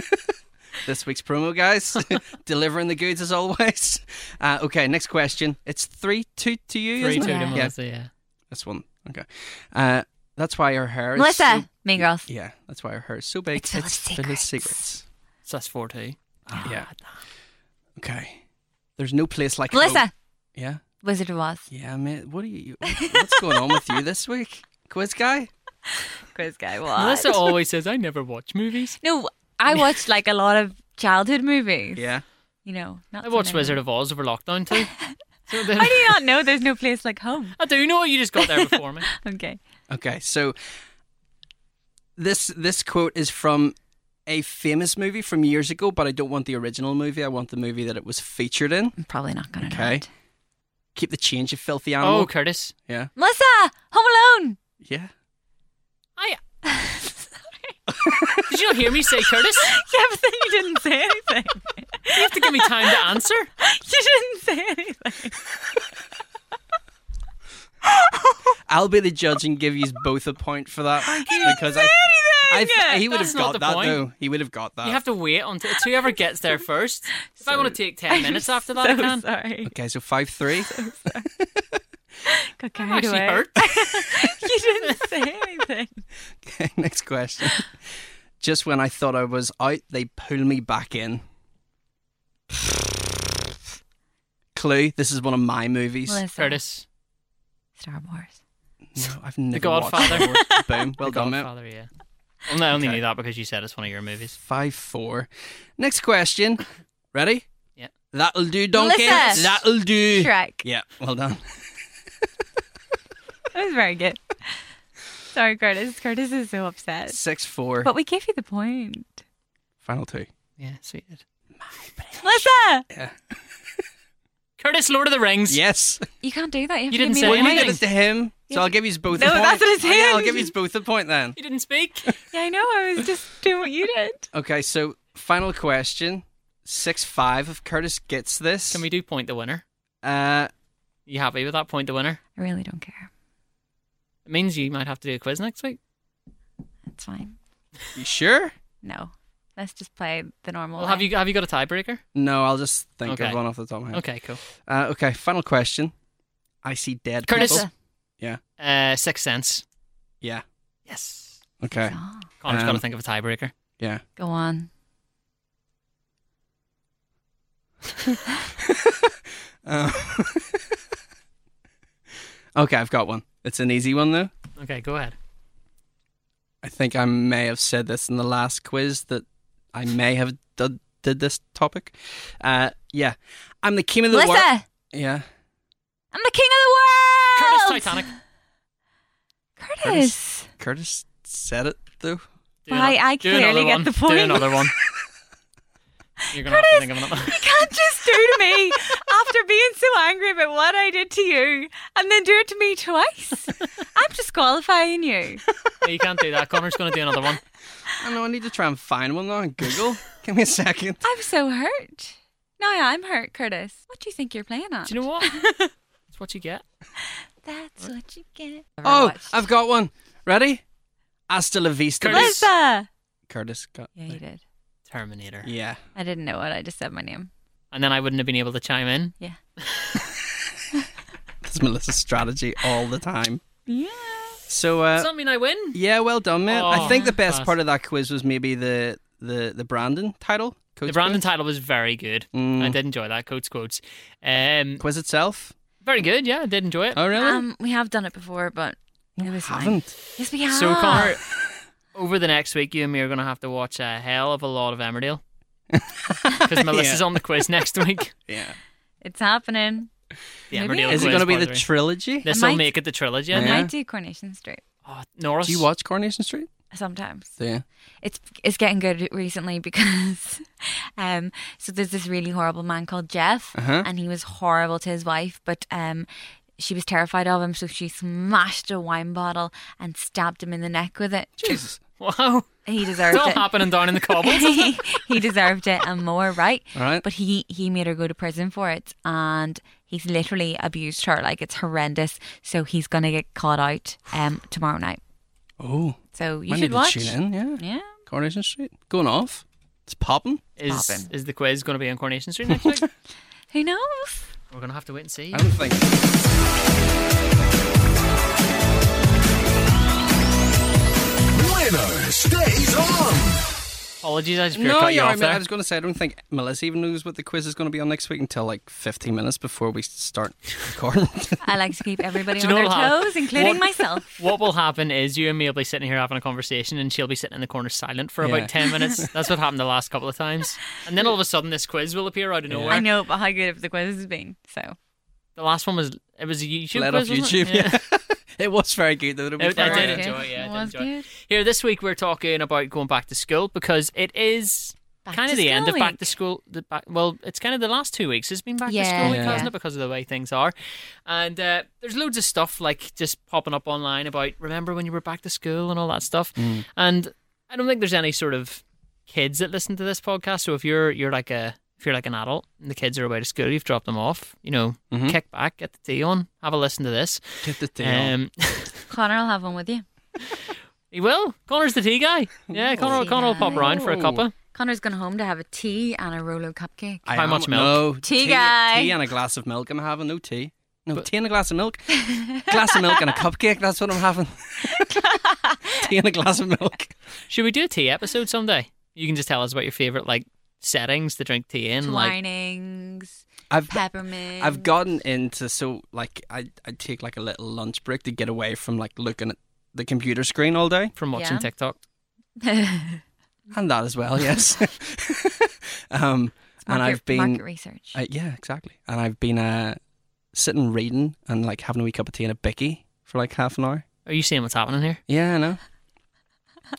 this week's promo, guys. Delivering the goods as always. Uh, okay, next question. It's 3 2 to you. Three, isn't two, to it? Yeah. Yeah, Melissa, yeah. this one. Okay. Uh, that's why her hair is. Melissa, So, Mean Girls. yeah, that's why her hair is so big. It's full of secrets. secrets. Ah, So that's four, two. Yeah. Okay. There's no place like home. Melissa, Yeah. Wizard of Oz. Yeah, mate. What are you. What's going on with you this week? Quiz guy? Quiz guy. What? Melissa always says, I never watch movies. No, I watched like a lot of childhood movies. Yeah. You know, not I watched so many. Wizard of Oz over lockdown too. So then- How do you not know there's no place like home? I do know you just got there before me. Okay. Okay, so this this quote is from a famous movie from years ago, but I don't want the original movie. I want the movie that it was featured in. I'm probably not going to know. Okay. it. Keep the change, you filthy animal. Oh, Curtis. Yeah. Melissa, Home Alone. Yeah. I. Did you not hear me say Curtis? Yeah, but then you didn't say anything. You have to give me time to answer. you didn't say anything. I'll be the judge and give you both a point for that. because I, I th- he would That's have got not the that point. though. He would have got that. You have to wait until it's whoever gets there first. If I want to take 10 minutes after that, I so can. sorry. okay, so five three. Got I'm carried actually away. hurt. you didn't say anything. okay, next question. Just when I thought I was out, they pull me back in. Clue. This is one of my movies. Melissa, Curtis. Star Wars. No, I've never Godfather. watched that. Boom. Well The done, mate. Godfather, yeah. Well, I only Okay. knew that because you said it's one of your movies. Five four. Next question. Ready? Yeah. That'll do, donkey. Melissa. That'll do. Shrek. Yeah. Well done. That was very good. Sorry, Curtis. Curtis is so upset. Six four. But we gave you the point. Final two. Yeah, sweet. Melissa, Curtis, Lord of the Rings. Yes. you can't do that. You, have You to didn't give say me a Well, you anything. did it to him, so I'll give you both a No, point. that's what it's Oh, yeah, I'll him. give you both a point then. You didn't speak. point. Yeah, I know. I was just doing what you did. Okay, so final question. Six five. If Curtis gets this, Can we do point the winner? Uh, You happy with that point the winner? I really don't care. It means you might have to do a quiz next week. It's fine. you sure? No, let's just play the normal. Well, have way. you have you got a tiebreaker? No, I'll just think Okay. of one off the top of my head. Okay, cool. Uh, okay. Final question. I see dead Curtis. people. Melissa. Uh, Sixth Sense. Yeah. Yes. Okay. Oh, Connor's got Um, to think of a tiebreaker. Yeah. go on. Um, okay, I've got one. It's an easy one though. Okay, go ahead. I think I may have said this in the last quiz that I may have did, did this topic. Uh, yeah, I'm the king of the Melissa, world. Yeah, I'm the king of the Curtis world. Titanic. Curtis. Curtis. Curtis said it though. Do Why, ano- I do clearly another get one. the point. Do another one. You're gonna have to think of another. You can't just do to me. after being so angry about what I did to you and then do it to me twice. I'm disqualifying you. No, you can't do that. Connor's going to do another one. I know I need to try and find one now on Google. Give me a second. I'm so hurt. Now I'm hurt, Curtis. What do you think you're playing at? Do you know what? It's what you get. That's what you get. Oh, I've got one. Ready? Hasta la vista. Curtis. baby. Lisa. Curtis got. Yeah, you did. Terminator. Yeah. I didn't know it. I just said my name. And then I wouldn't have been able to chime in. Yeah. That's Melissa's strategy all the time. Yeah. So, uh, Does that mean I win? yeah, well done, man. Oh, I think the best class. part of that quiz was maybe the the the Brandon title. Coach The Brandon quiz. title was very good. Mm. I did enjoy that. Coach quotes. Um, quiz itself. very good. Yeah, I did enjoy it. Oh, really? Um, we have done it before, but it was fine. haven't. Yes, we have. ah. So Connor, over the next week, you and me are going to have to watch a hell of a lot of Emmerdale because Melissa's on the quiz next week. Yeah. it's happening. The Maybe. Emmerdale Is it quiz, going to be by the way. trilogy? this will Might- make it the trilogy. I Yeah. I think. might do Coronation Street Oh, Norris, Do you watch Coronation Street? sometimes. Yeah. It's it's getting good recently because, um, so there's this really horrible man called Jeff, Uh-huh. and he was horrible to his wife, but um, she was terrified of him, so she smashed a wine bottle and stabbed him in the neck with it. Jesus. Wow, He it's deserved all it. happening down in the cobbles. he, he deserved it and more, right? All right. But he he made her go to prison for it, and he's literally abused her like it's horrendous. So he's gonna get caught out um tomorrow night. Oh, So you I need should to watch. tune in. Yeah. Yeah. Coronation Street going off. It's popping. Is Poppin'. is the quiz going to be on Coronation Street next week? Who knows? We're going to have to wait and see. I don't think. Winner stays on. Apologies, I just pure No, cut you yeah, I off mean, there. I was going to say, I don't think Melissa even knows what the quiz is going to be on next week until like 15 minutes before we start recording. I like to keep everybody Do on you know their what'll happen? toes, including What- myself. What will happen is you and me will be sitting here having a conversation, and she'll be sitting in the corner silent for Yeah. about ten minutes. That's what happened the last couple of times, and then all of a sudden this quiz will appear out of nowhere. I know but how good of the quiz has been. So The last one was it was a YouTube Let off quiz, wasn't YouTube. it? Yeah. it was very good, though. to be I- I did fair. Very enjoy good. it, yeah, I It did was enjoy it. good. Here this week we're talking about going back to school because it is Back kind to of the school end of back week. to school. The back, well, it's kind of the last two weeks has been back to Yeah, school week, Yeah. hasn't yeah. it? Because of the way things are, and uh, there's loads of stuff like just popping up online about remember when you were back to school and all that stuff. And I don't think there's any sort of kids that listen to this podcast. So if you're you're like a if you're like an adult and the kids are away to school, you've dropped them off. You know, kick back, get the tea on, have a listen to this. Get the deal. Um, Connor, I'll have one with you. He will. Connor's the tea guy. Yeah, Connor, Tea Connor will pop guy. around for a Ooh. cuppa. Connor's gone home to have a tea and a Rolo cupcake. I how am- much milk? No, Tea guy. Tea and a glass of milk. I'm having no tea. No tea and a glass of milk. glass of milk and a cupcake. That's what I'm having. tea and a glass of milk. Should we do a tea episode someday? You can just tell us about your favorite like settings to drink tea in. Mm, Like Twinings, I've peppermint. I've gotten into so like I I take like a little lunch break to get away from like looking at the computer screen all day from watching Yeah. TikTok. Mm-hmm. and that as well. Yes. um, and market, I've market been research. I, yeah exactly, and I've been uh sitting reading and like having a wee cup of tea and a bicky for like half an hour. Are you seeing what's happening here? Yeah, I know.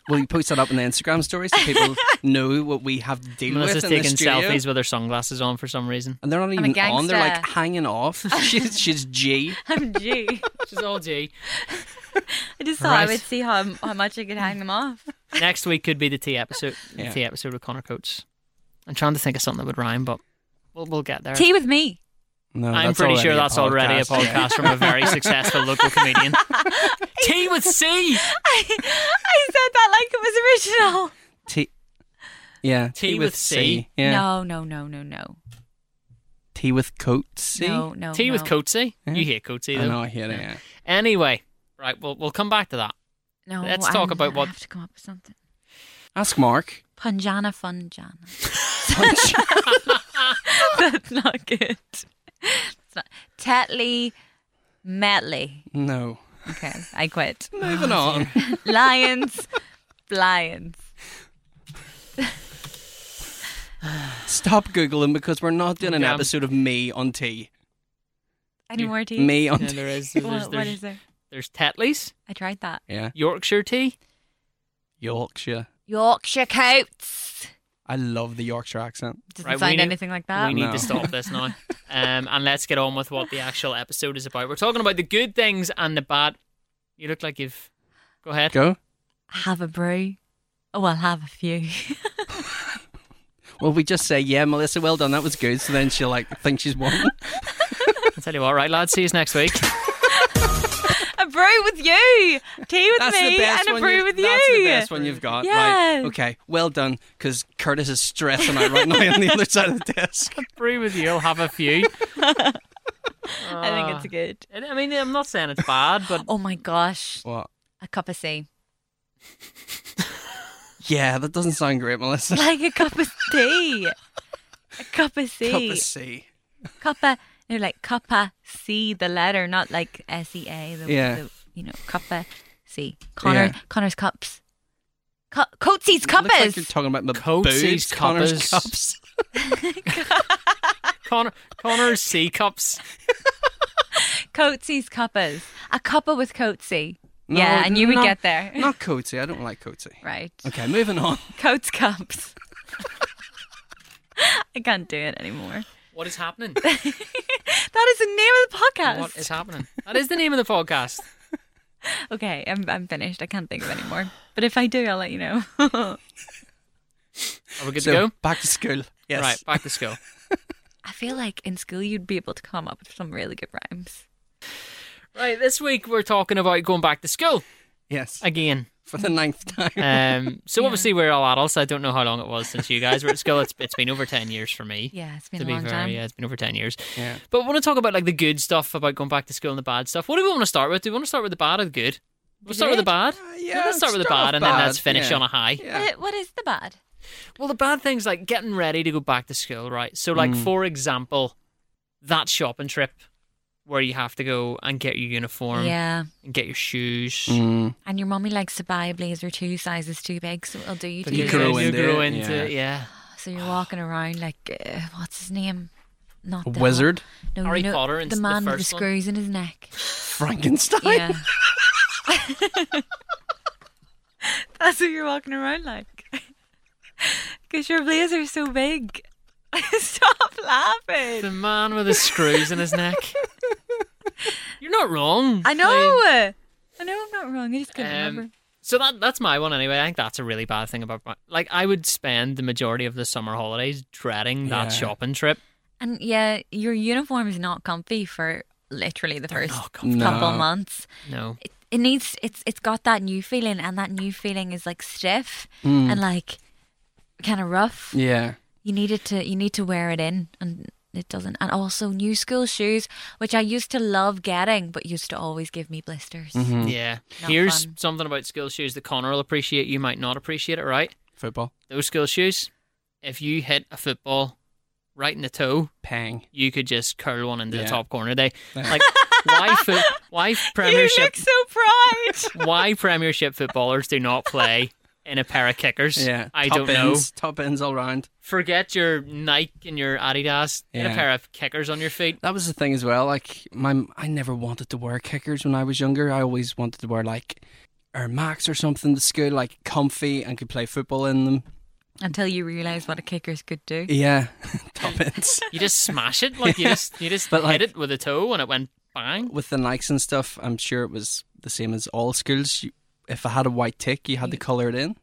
Well, you post that up on the Instagram story so people know what we have to deal Melissa's with in the taking studio. selfies with her sunglasses on for some reason. And they're not a even on; they're like gangster. hanging off. she's she's G. I'm G. She's all G. I just thought Right. I would see how how much I could hang them off. Next week could be the tea episode. The Yeah. tea episode with Connor Coates. I'm trying to think of something that would rhyme, but we'll, we'll get there. Tea with me. No, I'm Oh, that's pretty already sure a that's already a podcast, yeah. podcast from a very successful local comedian. tea with C. I, I said that like it was original. T. Yeah. Tea with C. Yeah. No, no, no, no, no. Tea with coat C. No, no. Tea with Oh, no. Coatesy. You hear Coatesy I though. know. I hear it. Yeah. Anyway, right, we'll we'll come back to that. No, Let's talk I'm about gonna what- have to come up with something. Ask Mark. Punjana funjana. That's not good. That's not. Tetley metly. no. Okay, I quit. Moving on. Lions, lions. Stop googling because we're not doing an Okay, I'm- episode of me on tea. Any You- more tea? Me on Yeah, tea. there is. What- There's, there's, what is there? there's Tetley's, I tried that. Yeah. Yorkshire tea. Yorkshire. Yorkshire coats. I love the Yorkshire accent. Doesn't Right, we sound need- anything like that. We need No. to stop this now. Um, and let's get on with what the actual episode is about. We're talking about the good things and the bad. You look like you've. Go ahead. Go. Have a brew. Oh, I'll have a few. Well, we just say, yeah, Melissa, well done. That was good. So then she'll like think she's won. I'll tell you what, right, lads. See you next week. a brew with you. Tea with That's me the best and a one brew you- with you. That's the best one you've got. Yeah. Right. Okay. Well done. Because Curtis is stressing out right now on the other side of the desk. Agree with you. I'll have a few. I think it's good. And, I mean, I'm not saying it's bad, but Oh my gosh. What? A cup of tea. Yeah, that doesn't sound great, Melissa. Like a cup of tea. A cup of tea. Cup of C. Cuppa. No, like cuppa C, the letter, not like S E A. the- Yeah. the- You know, cuppa C. Connor, Yeah. Connor's cups. Co- Coatsy's Looks like you're cuppas. talking about my Coatsy's boobs, Connor's cuppas. cups. Connor, Connor's C cups. Coatsy's cuppas. A cuppa with Coatsy. No, yeah, I knew we'd no, get there. Not Coatsy. I don't like Coatsy. Right. Okay, moving on. Coats cups. I can't do it anymore. What is happening? That is the name What of the podcast. is happening? That is the name of the podcast. okay, I'm, I'm finished. I can't think of any more. But if I do, I'll let you know. Are we good so to go? back to school. Yes. Right, back to school. I feel like in school you'd be able to come up with some really good rhymes. Right, this week we're talking about going back to school Yes. again. For the ninth time. Um, so obviously we're all adults. I don't know how long it was since you guys were at school. It's it's been over ten years for me. Yeah, it's been to a be long fair, time. yeah, it's been over ten years. yeah. But we want to talk about like the good stuff about going back to school and the bad stuff. What do we want to start with? Do we want to start with the bad or the good? We'll start with the good? bad. yeah, let's start with the bad, Uh, start and with then bad, let's finish yeah. on a high. Yeah. What, what is the bad? Well, the bad things like getting ready to go back to school, right? So, like for example, that shopping trip where you have to go and get your Um, uniform, Yeah. and get your shoes. Mm. And your mommy likes to buy a blazer two sizes too big, so it'll do you But two You guys grow sizes. do into grow it, into yeah. it, yeah. So you're walking around like, uh, what's his name? Not A the- wizard? No, Harry you know, Potter and the s- the man with the first one. screws in his neck. Frankenstein. Yeah. That's what you're walking around like. Because your blazer's so big. Stop laughing. The man with the screws in his neck. You're not wrong. I Like, know. I know I'm not wrong. I just couldn't Um, remember. so that that's my one anyway. I think that's a really bad thing about my, like I would spend the majority of the summer holidays dreading that Yeah. shopping trip. And yeah, your uniform is not comfy for literally the first not comfy. couple No. months. No. It, it needs it's it's got that new feeling and that new feeling is like stiff Hmm. and like kind of rough. Yeah. you needed to you need to wear it in and it doesn't and also new school shoes which i used to love getting but used to always give me blisters Mm-hmm. Yeah. Not Here's fun. something about school shoes that Connor will appreciate. You might not appreciate it, right? Football. Those school shoes, if you hit a football right in the toe, Pang. you could just curl one into the Yeah. top corner. They like why foot, why premiership so proud why premiership footballers do not play in a pair of kickers. Yeah. I Top don't know. ends, Top ends all round. Forget your Nike and your Adidas. Get a Yeah. pair of kickers on your feet. That was the thing as well. Like my, I never wanted to wear kickers when I was younger. I always wanted to wear like Air Max or something to school, like comfy and could play football in them. until you realize what a kicker's could do Yeah, top ends You just smash it like you just you just But, hit like- it with a toe and it went bang. with the Nikes and stuff. I'm sure it was the same as all schools. You, if I had a white tick, you had to color it in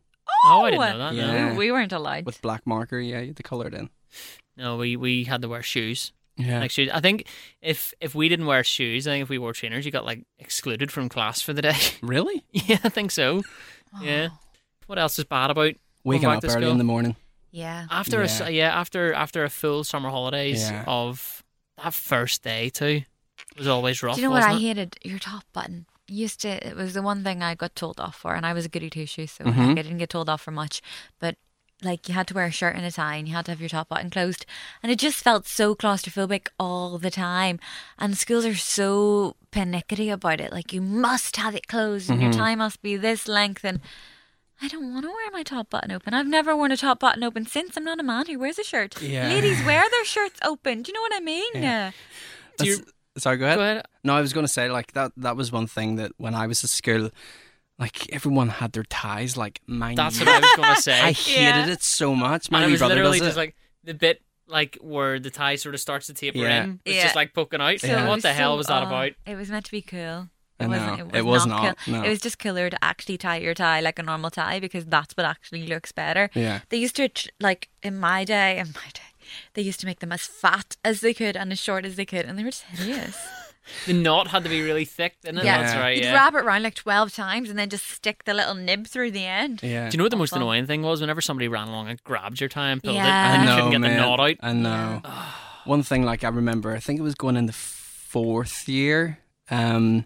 Oh, I didn't know that. Yeah. No. We- we weren't allowed with black marker. Yeah, you had to color it in. No, we we had to wear shoes. Yeah, Like shoes. I think if if we didn't wear shoes, I think if we wore trainers, you got like excluded from class for the day. really? yeah, I think so. Oh. Yeah. Oh, What else is bad about going Waking back up to early school? in the morning. yeah after a s Yeah. a yeah after after a full summer holidays Yeah. of that first day too was always rough. do you know what wasn't i it? hated your top button You used to it was the one thing i got told off for and i was a goody two shoes so like, i didn't get told off for much but like you had to wear a shirt and a tie and you had to have your top button closed and it just felt so claustrophobic all the time and schools are so pernickety about it like you must have it closed and your tie must be this length and I don't want to wear my top button open. I've never worn a top button open since. I'm not a man who wears a shirt. Yeah. Ladies wear their shirts open. Do you know what I mean? Yeah. Do you- That's- sorry, Go ahead. No, I was going to say like that. That was one thing that when I was at school, Like everyone had their ties. Like mine. That's what I was gonna say. I hated Yeah. it so much. My and it wee was brother does literally it. just like the bit like where the tie sort of starts to taper Yeah. in. It's Yeah. just like poking out. Yeah. it What the hell so uh, was that odd. about? It was meant to be cool. I It know. wasn't. It was not, cool. no. It was just cooler to actually tie your tie like a normal tie because that's what actually looks better. Yeah. They used to tr- like in my day, in my day, they used to make them as fat as they could and as short as they could, and they were just hideous. The knot had to be really thick, didn't it? Yeah. That's right. You'd Yeah. wrap it around like twelve times and then just stick the little nib through the end. yeah. Do you know what the most Awful. annoying thing was? Whenever somebody ran along and grabbed your tie and pulled Yeah. it, and you I know, couldn't get man. the knot out. I know. One thing, like I remember, I think it was going in the fourth year. Um,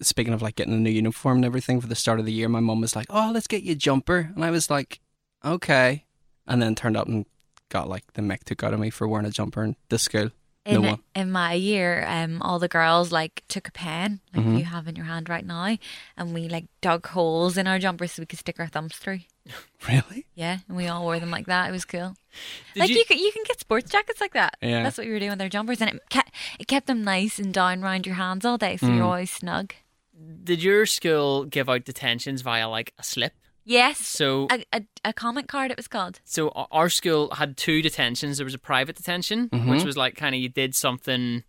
speaking of like getting a new uniform and everything for the start of the year, my mum was like, "Oh, let's get you a jumper," and I was like, "Okay," and then turned up and got like the mick took out of me for wearing a jumper in the school. No in, one. in my year, um, all the girls like took a pen like Mm-hmm. you have in your hand right now, and we like dug holes in our jumpers so we could stick our thumbs through. Really? Yeah, and we all wore them like that. It was cool. Did like you- you, could, you can get sports jackets like that. Yeah. that's what we were doing with our jumpers, and it kept it kept them nice and down round your hands all day, so Mm. you're always snug. Did your school give out detentions via like a slip? Yes, So a, a, a comment card it was called. so o- our school had two detentions. There was a private detention, Mm-hmm. which was like kind of you did something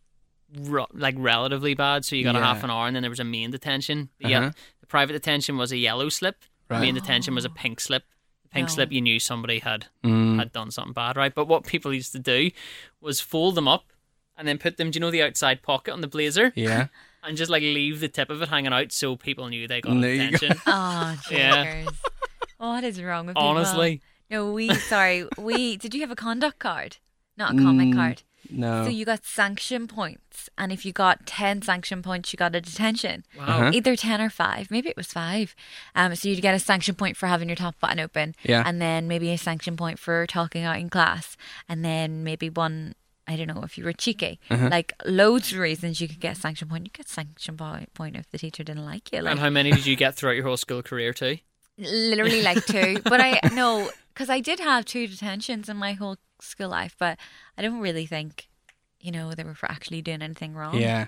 ru- like relatively bad, so you got a half Yeah. an hour, and then there was a main detention. The Uh-huh. Yeah, the private detention was a yellow slip. Right. The main detention was a pink slip. The pink No. slip, you knew somebody had Mm. had done something bad, right? But what people used to do was fold them up and then put them. Do you know the outside pocket on the blazer? Yeah. And just like leave the tip of it hanging out, so people knew they got a There you go. detention. Oh, Ah, Yeah. jeepers. What is wrong with people? Honestly, No, we sorry. We did you have a conduct card, not a comment Mm. card? No. So you got sanction points, and if you got ten sanction points, you got a detention. wow. Uh-huh. Either ten or five, maybe it was five. Um, so you'd get a sanction point for having your top button open, Yeah. and then maybe a sanction point for talking out in class, and then maybe one. I don't know if you were cheeky, like loads of reasons you could get a sanction point. You get sanction po- point if the teacher didn't like you, like And how many did you get throughout your whole school career too? literally like two. but I no, because I did have two detentions in my whole school life, but I don't really think, you know, they were for actually doing anything wrong. Yeah.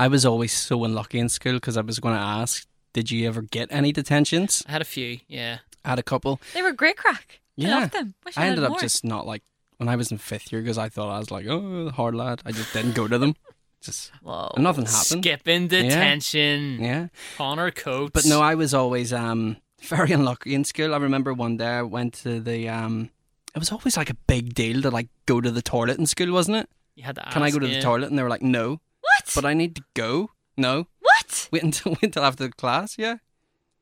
I was always so unlucky in school because I was going to ask, did you ever get any detentions? I had a few, yeah. I had a couple. They were great crack. Yeah. I loved them. Wish I, I had ended up more. just not like when I was in fifth year because I thought I was like, oh, the hard lad. I just didn't go to them. Just Whoa. Oh, and nothing happened. Skipping detention. Yeah, Connor Coates. but no, I was always um very unlucky in school. I remember one day I went to the um. It was always like a big deal to like go to the toilet in school, wasn't it? you had to Can I ask, go to the yeah. toilet? And they were like, no. What? But I need to go. No, what? wait until wait until after the class. Yeah,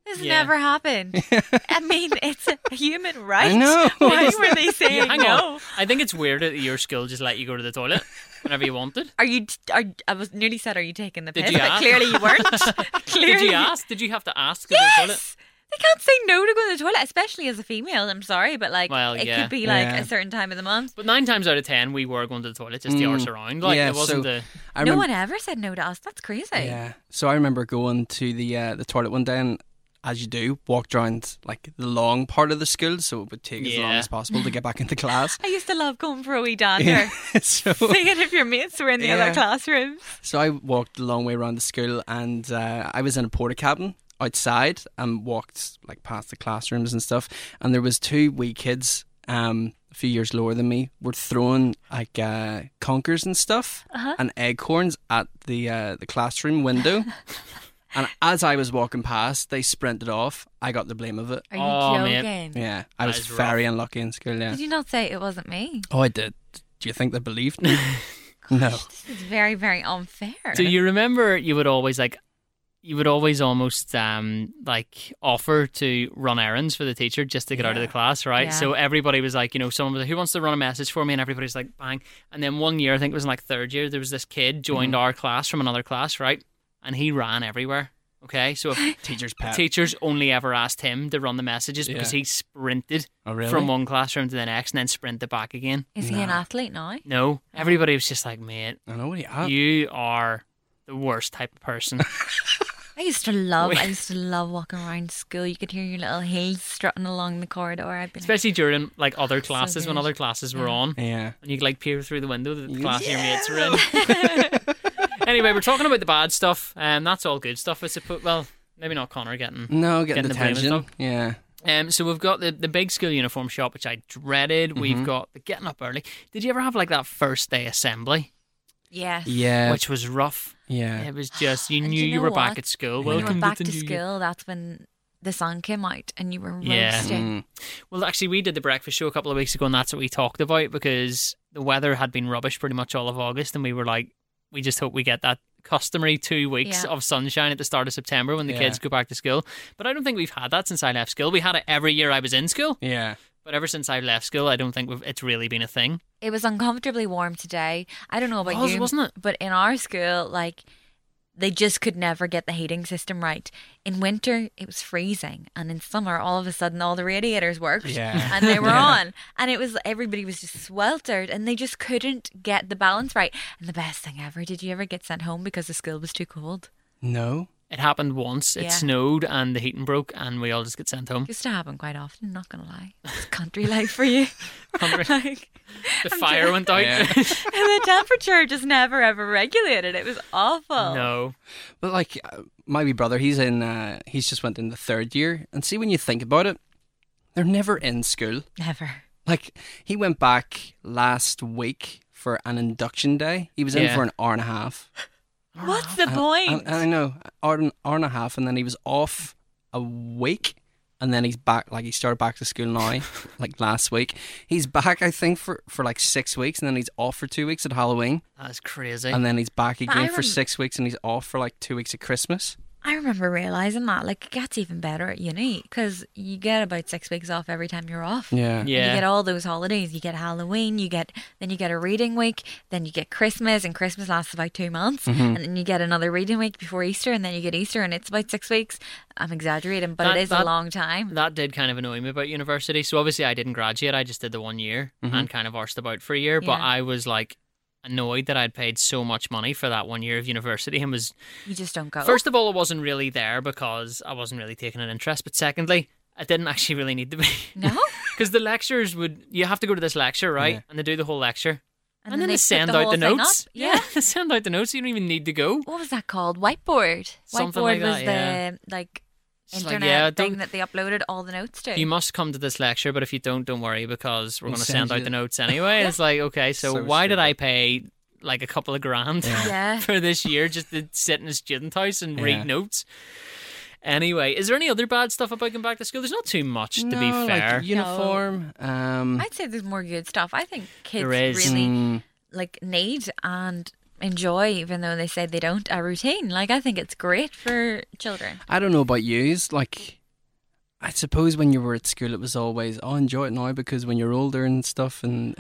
This Yeah. never happened. I mean, it's a human right. I know. Why were they Yeah, saying hang no? on. I think it's weird that your school just let you go to the toilet whenever you wanted. Are you? Are, I was nearly said, "Are you taking the Did piss?" you but ask? clearly you weren't. Did clearly, you ask? Did you have to ask to go to the toilet? Yes. They can't say no to go to the toilet, especially as a female. I'm sorry, but like Well, it yeah. could be like Yeah. a certain time of the month. But nine times out of ten, we were going to the toilet just the Mm. arse around. Like Yeah, it wasn't so- a I no remember. one ever said no to us. That's crazy. Yeah. So I remember going to the uh, the toilet one day and as you do, walked around like the long part of the school so it would take as long Yeah. as possible to get back into class. I used to love going for a wee dander, so seeing if your mates were in the Yeah. other classrooms. so I walked a long way around the school and uh, I was in a porta cabin outside and walked like past the classrooms and stuff and there was two wee kids um a few years lower than me were throwing like uh conkers and stuff Uh-huh. and acorns at the uh the classroom window and as i was walking past they sprinted off i got the blame of it Are you Oh, man. joking? yeah i was is rough. very unlucky in school yeah Did you not say it wasn't me? oh i did do you think they believed me no This is very, very unfair. Do you remember you would always like you would always almost um like offer to run errands for the teacher just to get out of the class, right? Yeah. So everybody was like, you know, someone was like, Who wants to run a message for me? And everybody's like, bang. And then one year, I think it was in like third year, there was this kid joined Mm-hmm. our class from another class, right? And he ran everywhere. Okay. So if teacher's pet teachers only ever asked him to run the messages because Yeah. he sprinted oh really from one classroom to the next and then sprinted back again. Is he an athlete now? No. Everybody was just like, mate, i know what he had you are the worst type of person. I used to love. We- I used to love walking around school. You could hear your little heels strutting along the corridor. I'd be like, especially during like other classes when good. other classes were on yeah and you could like peer through the window that the class your mates were in anyway we're talking about the bad stuff and that's all good stuff i suppose well Maybe not Connor getting No, getting, Getting the blame is detention. done. Yeah. Um, so we've got the, the big school uniform shop, which I dreaded. Mm-hmm. We've got the getting up early. Did you ever have like that first day assembly, Yes. Yeah. which was rough? yeah. It was just you And knew you you, know were what? back at school. When you Welcome went back the to new year. school, that's when the song came out and you were roasting. Yeah. Mm, Well, actually, we did the breakfast show a couple of weeks ago, and that's what we talked about because the weather had been rubbish pretty much all of August, and we were like, we just hope we get that customary two weeks Yeah. of sunshine at the start of September when the Yeah. kids go back to school. But I don't think we've had that since I left school. We had it every year I was in school, Yeah. but ever since I left school, I don't think we've, it's really been a thing. It was uncomfortably warm today. I don't know about Was, you, wasn't it? But in our school, like they just could never get the heating system right. In winter, it was freezing, and in summer, all of a sudden, all the radiators worked, Yeah. and they were Yeah. on, and it was everybody was just sweltered, and they just couldn't get the balance right. And the best thing ever, did you ever get sent home because the school was too cold? No. It happened once. It Yeah. snowed and the heating broke, and we all just get sent home. Used to happen quite often. Not gonna lie, it's country life for you. Hungry. like, The fire went out. Yeah. the temperature just never ever regulated. It was awful. no. But like uh, my wee brother, he's in. Uh, he's just went in the third year, and see when you think about it, they're never in school. never. Like he went back last week for an induction day. He was in Yeah. for an hour and a half. What's the And- point? And, and I know hour and, hour and a half, and then he was off a week, and then he's back. Like he started back to school now, like last week. He's back, I think, for for like six weeks, and then he's off for two weeks at Halloween, That's crazy. and then he's back But I again for rem- six weeks, and he's off for like two weeks at Christmas. I remember realizing that like it gets even better at uni because you get about six weeks off every time you're off. Yeah. And You yeah. get all those holidays. You get Halloween. You get then you get a reading week. Then you get Christmas, and Christmas lasts about two months. Mm-hmm. And then you get another reading week before Easter, and then you get Easter, and it's about six weeks. I'm exaggerating, but That- it is a that- long time. That did kind of annoy me about university. So obviously I didn't graduate. I just did the one year and kind of arsed about for a year. But Yeah. I was like annoyed that I'd paid so much money for that one year of university and was You just don't go. first of all I wasn't really there because I wasn't really taking an interest. But secondly, I didn't actually really need to be no, because the lectures would you have to go to this lecture right Yeah. and they do the whole lecture and, then, they they put send the out whole the thing notes. up. Yeah. they send out the notes. You don't even need to go. what was that called? Whiteboard. Something Whiteboard like that, was yeah. the like It's like, internet yeah, thing don't- that they uploaded all the notes to. You must come to this lecture, but if you don't, don't worry because we're We'll going to send send out you- the notes anyway. It's like, okay, so, So why did stupid. I pay like a couple of grand Yeah. for this year just to sit in a student house and Yeah. read notes? Anyway, is there any other bad stuff about going back to school? There's not too much, to be No, like fair. uniform. Um, I'd say there's more good stuff. I think kids There is. really mm, like need and enjoy, even though they say they don't, a routine. Like I think it's great for children. I don't know about yous. Like, I suppose when you were at school, it was always, oh, enjoy it now because when you're older and stuff, and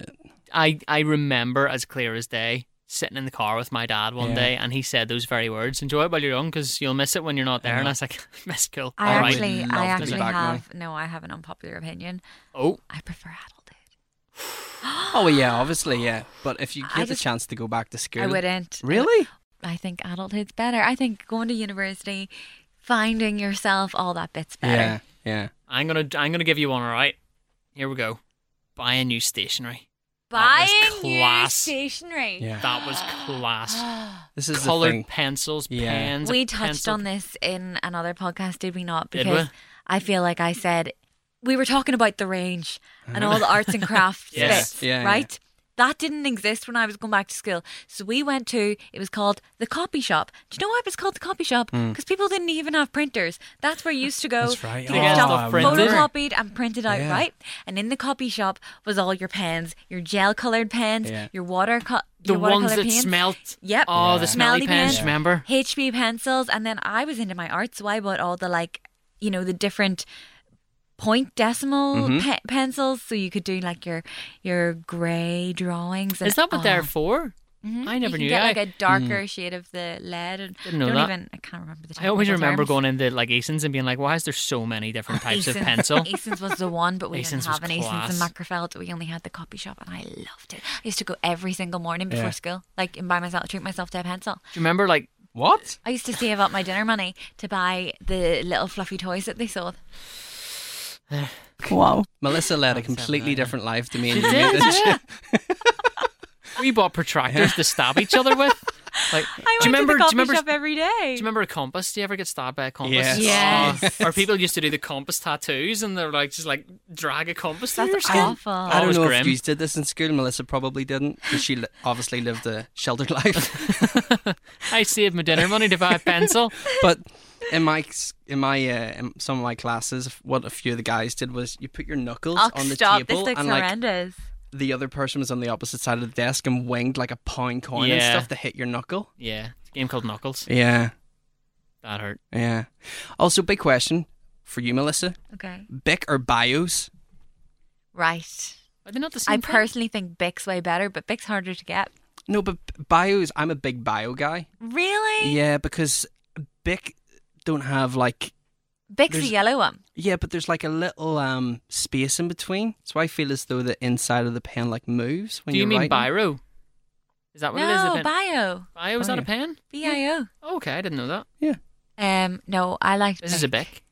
I, I remember as clear as day sitting in the car with my dad one Yeah. day and he said those very words enjoy it while you're young because you'll miss it when you're not there. Yeah. And I was like, miss school. I All right. actually, love I to be actually back now. have no. I have an unpopular opinion. Oh, I prefer adulthood. oh yeah, obviously yeah. But if you I get the just- chance to go back to school, I wouldn't. Really? I think adulthood's better. I think going to university, finding yourself, all that bit's better. Yeah, yeah. I'm gonna I'm gonna give you one. All right, here we go. Buy a new stationery. Buying That was new class. stationery. Yeah. That was class. This is the Colored thing. pencils, Yeah. pens. we a touched pencil- on this in another podcast, did we not? Did Because we? I feel like I said we were talking about the range and all the arts and crafts Yes. bits, Yeah, yeah. right? That didn't exist when I was going back to school. So we went to, it was called the copy shop. Do you know why it was called the copy shop? Because people didn't even have printers. That's where you used to go That's right. to Oh, get I stuff remember. photocopied and printed out, Yeah. right? And in the copy shop was all your pens, your gel colored pens, Yeah. your water co- the your ones watercolor that pens. smelt. Yep. Oh, Yeah. the smelly, Smelly pens. pens. Remember? HB pencils, and then I was into my art, so I bought all the like, you know, the different point decimal Mm-hmm. pe- pencils, so you could do like your your grey drawings. And, Is that what they're oh, for? I never you can knew. Get I, like a darker shade of the lead. And Didn't know I don't that. even. I can't remember the. I always technical remember terms. going into like Eason's and being like, "Why is there so many different types of Eason's- pencil?" Eason's was the one, but we Eason's didn't have was an Eason's in class. Macrofeld. We only had the copy shop, and I loved it. I used to go every single morning before Yeah. school, like and buy myself, treat myself to a pencil. Do you remember like What? I used to save up my dinner money to buy the little fluffy toys that they sold. Wow. Melissa led a completely different life to me. and you did, didn't yeah. we bought protractors to stab each other with? Like, I do went you remember? do to the you coffee remember? shop every day. do you remember a compass? Do you ever get stabbed by a compass? Oh. Yes. Yes. Or people used to do the compass tattoos, and they're like just like drag a compass through your That's skin. awful. Oh, I it don't was know if grim. you did this in school. Melissa probably didn't because she li- obviously lived a sheltered life. I saved my dinner money to buy a pencil. but in my s- in my uh, in some of my classes, what a few of the guys did was you put your knuckles Oh, on the stop. table this looks and like horrendous. the other person was on the opposite side of the desk and winged like a pound coin and Yeah. stuff to hit your knuckle. Yeah, it's a game called Knuckles. Yeah, That hurt. yeah. Also, big question for you, Melissa: Okay. Bic or Bios? Right. Are they not the same? I thing? personally think Bic's way better, but Bic's harder to get. No, but Bios. I'm a big Bio guy. Really? Yeah, because Bic don't have like Bic's There's- the yellow one. Yeah, but there's like a little um space in between, so I feel as though the inside of the pen like moves when Do you are mean writing. biro? Is that what it is? The No, pen? bio. bio is that a Bio. pen? B I O. Oh, okay, I didn't know that. Um, no, I like This is a Bic.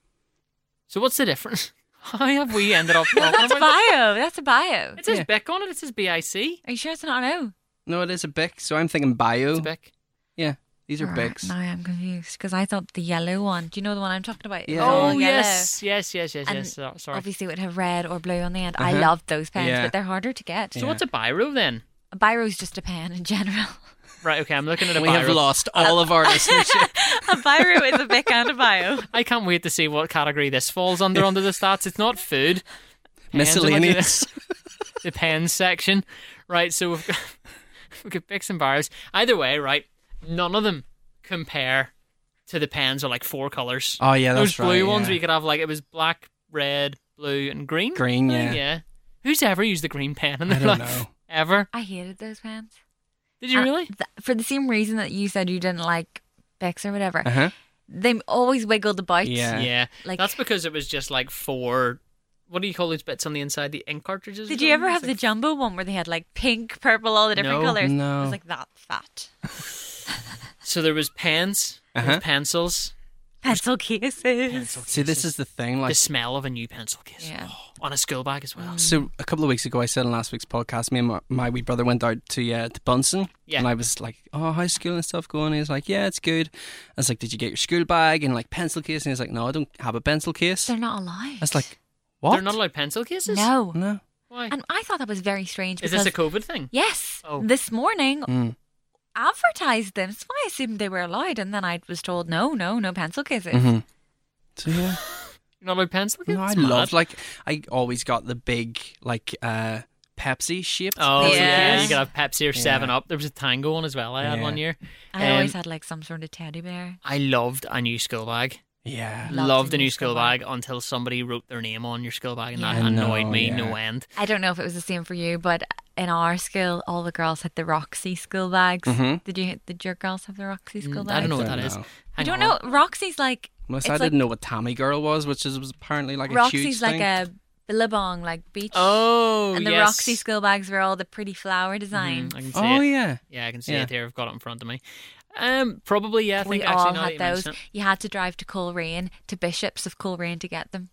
So what's the difference? How have we ended up talking That's a about bio. That's a bio. It says Yeah. Bic on it. It says B I C. Are you sure it's not an O? No, it is a bic. So I'm thinking bio. It's Bic. Yeah, these are Alright, bics. Now I'm confused because I thought the yellow one. Do you know the one I'm talking about? It's Yeah. all Oh yellow. yes, yes, yes, yes, And yes. So- Sorry. Obviously, it would have red or blue on the end. I Uh-huh. loved those pens, Yeah. but they're harder to get. So Yeah. what's a biro then? A biro's just a pen in general. Right. Okay, I'm looking at a we biro. have lost all of our listenership. a biro is a big and a bio. I can't wait to see what category this falls under under the stats. It's not food. Pens are like Miscellaneous. the- the pens section. Right, so we've got, we've got Bix and Bars. Either way, right, none of them compare to the pens are like four colours. Oh yeah, that's Those blue right, ones yeah. where you could have like, it was black, red, blue, and green. Green, I think, yeah. Yeah. Who's ever used the green pen in I their don't life? know. Ever? I hated those pens. Did you Uh, really? th- for the same reason that you said you didn't like Bex or whatever, Uh huh. they always wiggled about. Yeah. yeah. like- That's because it was just like four. What do you call those bits on the inside? The ink cartridges? or Did you ever something? have the It's jumbo one where they had like pink, purple, all the different No, colors? no. It was like that fat like- So there was pens, there was Uh-huh. pencils, pencil cases. pencil See, this is the thing. the Like, smell of a new pencil case Yeah. Mm. Oh, on a school bag as well. so a couple of weeks ago, I said on last week's podcast, me and my, my wee brother went out to uh, to Bunsen, Yeah. and I was like, "Oh, how's school and stuff going?" And he was like, "Yeah, it's good." I was like, "Did you get your school bag and like pencil case?" And he was like, "No, I don't have a pencil case." They're not allowed. That's like what? They're not allowed pencil cases? no. No. Why? And I thought that was very strange. Is Because, this a COVID thing? yes? Oh. This morning Mm. advertised them, so I assumed they were allowed, and then I was told no, no, no pencil cases. Mm-hmm. Mhm. So yeah. You're not allowed pencil cases? No, I Mad. loved like I always got the big like uh Pepsi shaped. Oh, pencil yeah. cases. You could have Pepsi or 7 Up. There was a Tango one as well I had Yeah. one year. I Um, always had like some sort of teddy bear. I loved a new school bag. yeah. Loved loved a new school bag, until somebody wrote their name on your school bag, and Yeah. that I know, annoyed me yeah. no end. I don't know if it was the same for you, but in our school, all the girls had the Roxy school bags. Mhm. Did you? Did your girls have the Roxy Mm-hmm. school Mm, bags? I don't know what don't that is. know. You Hang don't on. know. Roxy's like Unless it's I like- didn't know what Tammy Girl was, which is was apparently like a huge Roxy's like thing. a billabong, like beach. Oh, and the yes. Roxy school bags were all the pretty flower design. Mm, I can see Oh it. yeah. Yeah, I can see Yeah. it here. I've got it in front of me. Um, probably yeah. I we think actually all now had that you those. mention it, You had to drive to Coleraine to Bishops of Coleraine to get them.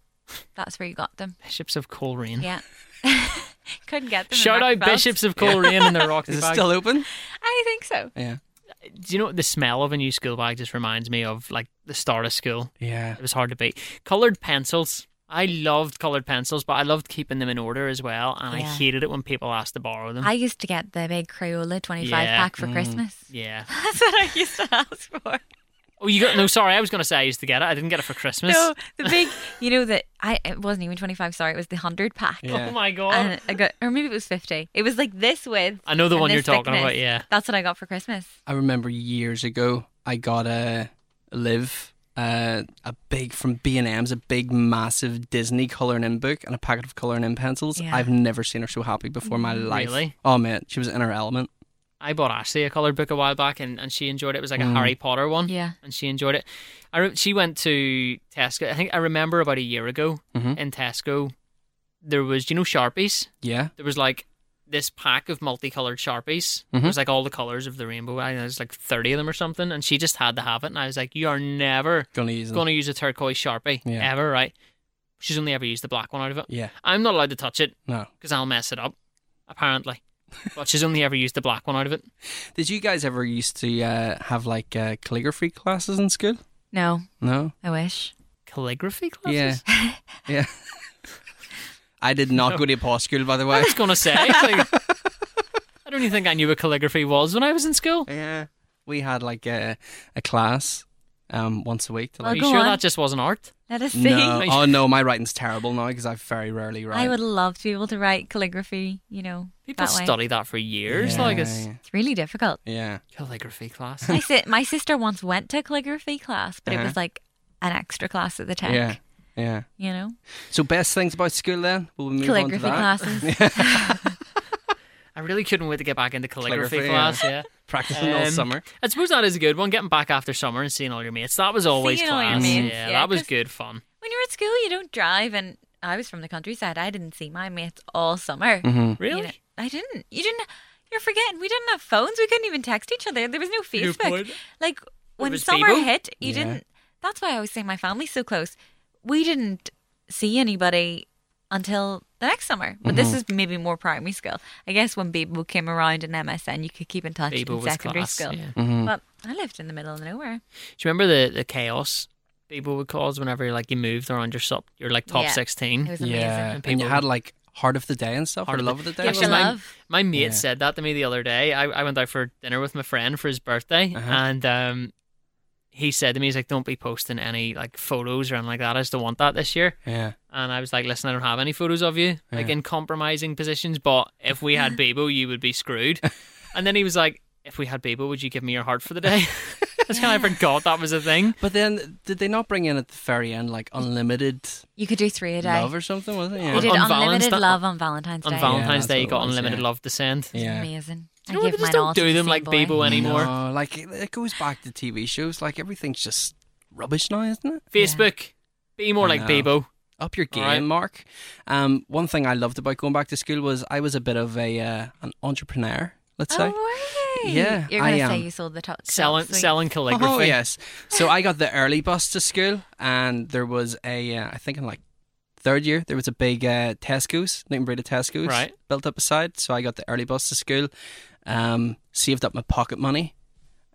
That's where you got them. Bishops of Coleraine. Yeah. Couldn't get them. in Shout out Macfelt. Bishops of Coleraine and their Roxy Is it bags. still open? I think so. Yeah. Do you know what the smell of a new school bag just reminds me of? Like the start of school. Yeah. It was hard to beat. Colored pencils. I loved colored pencils, but I loved keeping them in order as well, and I Yeah. hated it when people asked to borrow them. I used to get the big Crayola 25 Yeah. mm. pack for Christmas. yeah. That's what I used to ask for. Oh, you got no. Sorry, I was going to say I used to get it. I didn't get it for Christmas. No, the big, you know, that I it wasn't even 25, sorry, it was the 100 pack. Yeah. Oh my god. And I got, or maybe it was 50. It was like this width. I know the and one you're this talking about, thickness. yeah. That's what I got for Christmas. I remember years ago I got a live uh, a big from B and M's a big massive Disney color and in book and a packet of color and in pencils. Yeah. I've never seen her so happy before in my life. Really? Oh man, she was in her element. I bought Ashley a coloured book a while back, and, and she enjoyed it. It was like a Harry Potter one. Yeah. And she enjoyed it. I re- she went to Tesco. I think I remember about a year ago Mhm. in Tesco, there was, do you know, Sharpies? Yeah. There was like this pack of multicoloured Sharpies. Mm-hmm. It was like all the colours of the rainbow. I know there's like 30 of them or something. And she just had to have it. And I was like, you are never Gonna use them. going to use a turquoise Sharpie Yeah. ever, right? She's only ever used the black one out of it. Yeah. I'm not allowed to touch it No. because I'll mess it up, apparently. but she's only ever used the black one out of it. Did you guys ever used to uh, have like uh, calligraphy classes in school? No, No. I wish. Calligraphy classes? Yeah. yeah. I did not go to post school, by the way. I was going to say. like, I don't even think I knew what calligraphy was when I was in school. Yeah. We had like a, a class um, once a week. To, Are like, you Oh, go sure on. that just wasn't art? Let us see. no. Oh, no, my writing's terrible now because I very rarely write. I would love to be able to write calligraphy, you know, People that way. study that for years. yeah, Like it's yeah, It's really difficult. yeah. calligraphy class. My, si- my sister once went to calligraphy class, but it Uh-huh. was like an extra class at the tech, Yeah. Yeah. you know? So, best things about school then? We'll move on to calligraphy that. classes. I really couldn't wait to get back into calligraphy, Calligraphy, class. Yeah. Practicing all Um, summer. I suppose that is a good one. Getting back after summer and seeing all your mates. That was always Seeing all your class. mates, yeah, yeah, that was 'cause- good fun. when you're at school, you don't drive, and I was from the countryside. I didn't see my mates all summer. Mm-hmm. You Really? know, I didn't. You didn't. You're forgetting. We didn't have phones. We couldn't even text each other. There was no Good Facebook. point. Like when was summer Bebo. hit, you Yeah. didn't. That's why I always say my family's so close. We didn't see anybody until the next summer. But Mm-hmm. this is maybe more primary school. I guess when Bebo came around in MSN, you could keep in touch Bebo in was secondary class. school. Yeah. Mm-hmm. But I lived in the middle of nowhere. Do you remember the, the chaos people would cause whenever like you moved around your sub your like top Yeah. sixteen? It was amazing. Yeah. And And you people- had like Heart of the Day and stuff, Heart or of Love the- of the Day. Yeah, Give Actually, your my- love. My mate Yeah. said that to me the other day. I, I went out for dinner with my friend for his birthday, Uh-huh. and um, he said to me, "He's like, don't be posting any like photos or anything like that. I just don't want that this year." Yeah. And I was like, "Listen, I don't have any photos of you, like Yeah. in compromising positions. But if we had Bebo, you would be screwed." and then he was like, "If we had Bebo, would you give me your heart for the day?" That's kind of forgot that was a thing. But then, did they not bring in at the very end like unlimited You could do three a day. love or something? Was it? We On- did Yeah. on unlimited Valentine's- love on Valentine's On Day. Valentine's that's Day, you what it got was, unlimited yeah. love to send. It's Yeah. amazing. You know what, I they give just mine don't all do to them the like same boy. Bebo anymore. No, like it, it goes back to TV shows. Like everything's just rubbish now, isn't it? Facebook, be more I like know. Bebo. Up your game, All right. Mark. Um, one thing I loved about going back to school was I was a bit of a uh, an entrepreneur. Let's say. Oh, wait. Yeah, You're gonna I um, say am. you sold the top Selling, sweet. selling calligraphy. Oh yes. So I got the early bus to school, and there was a uh, I think in like third year there was a big uh, Tesco's, Newton Breda Tesco's, Right. built up beside. So I got the early bus to school, um, saved up my pocket money.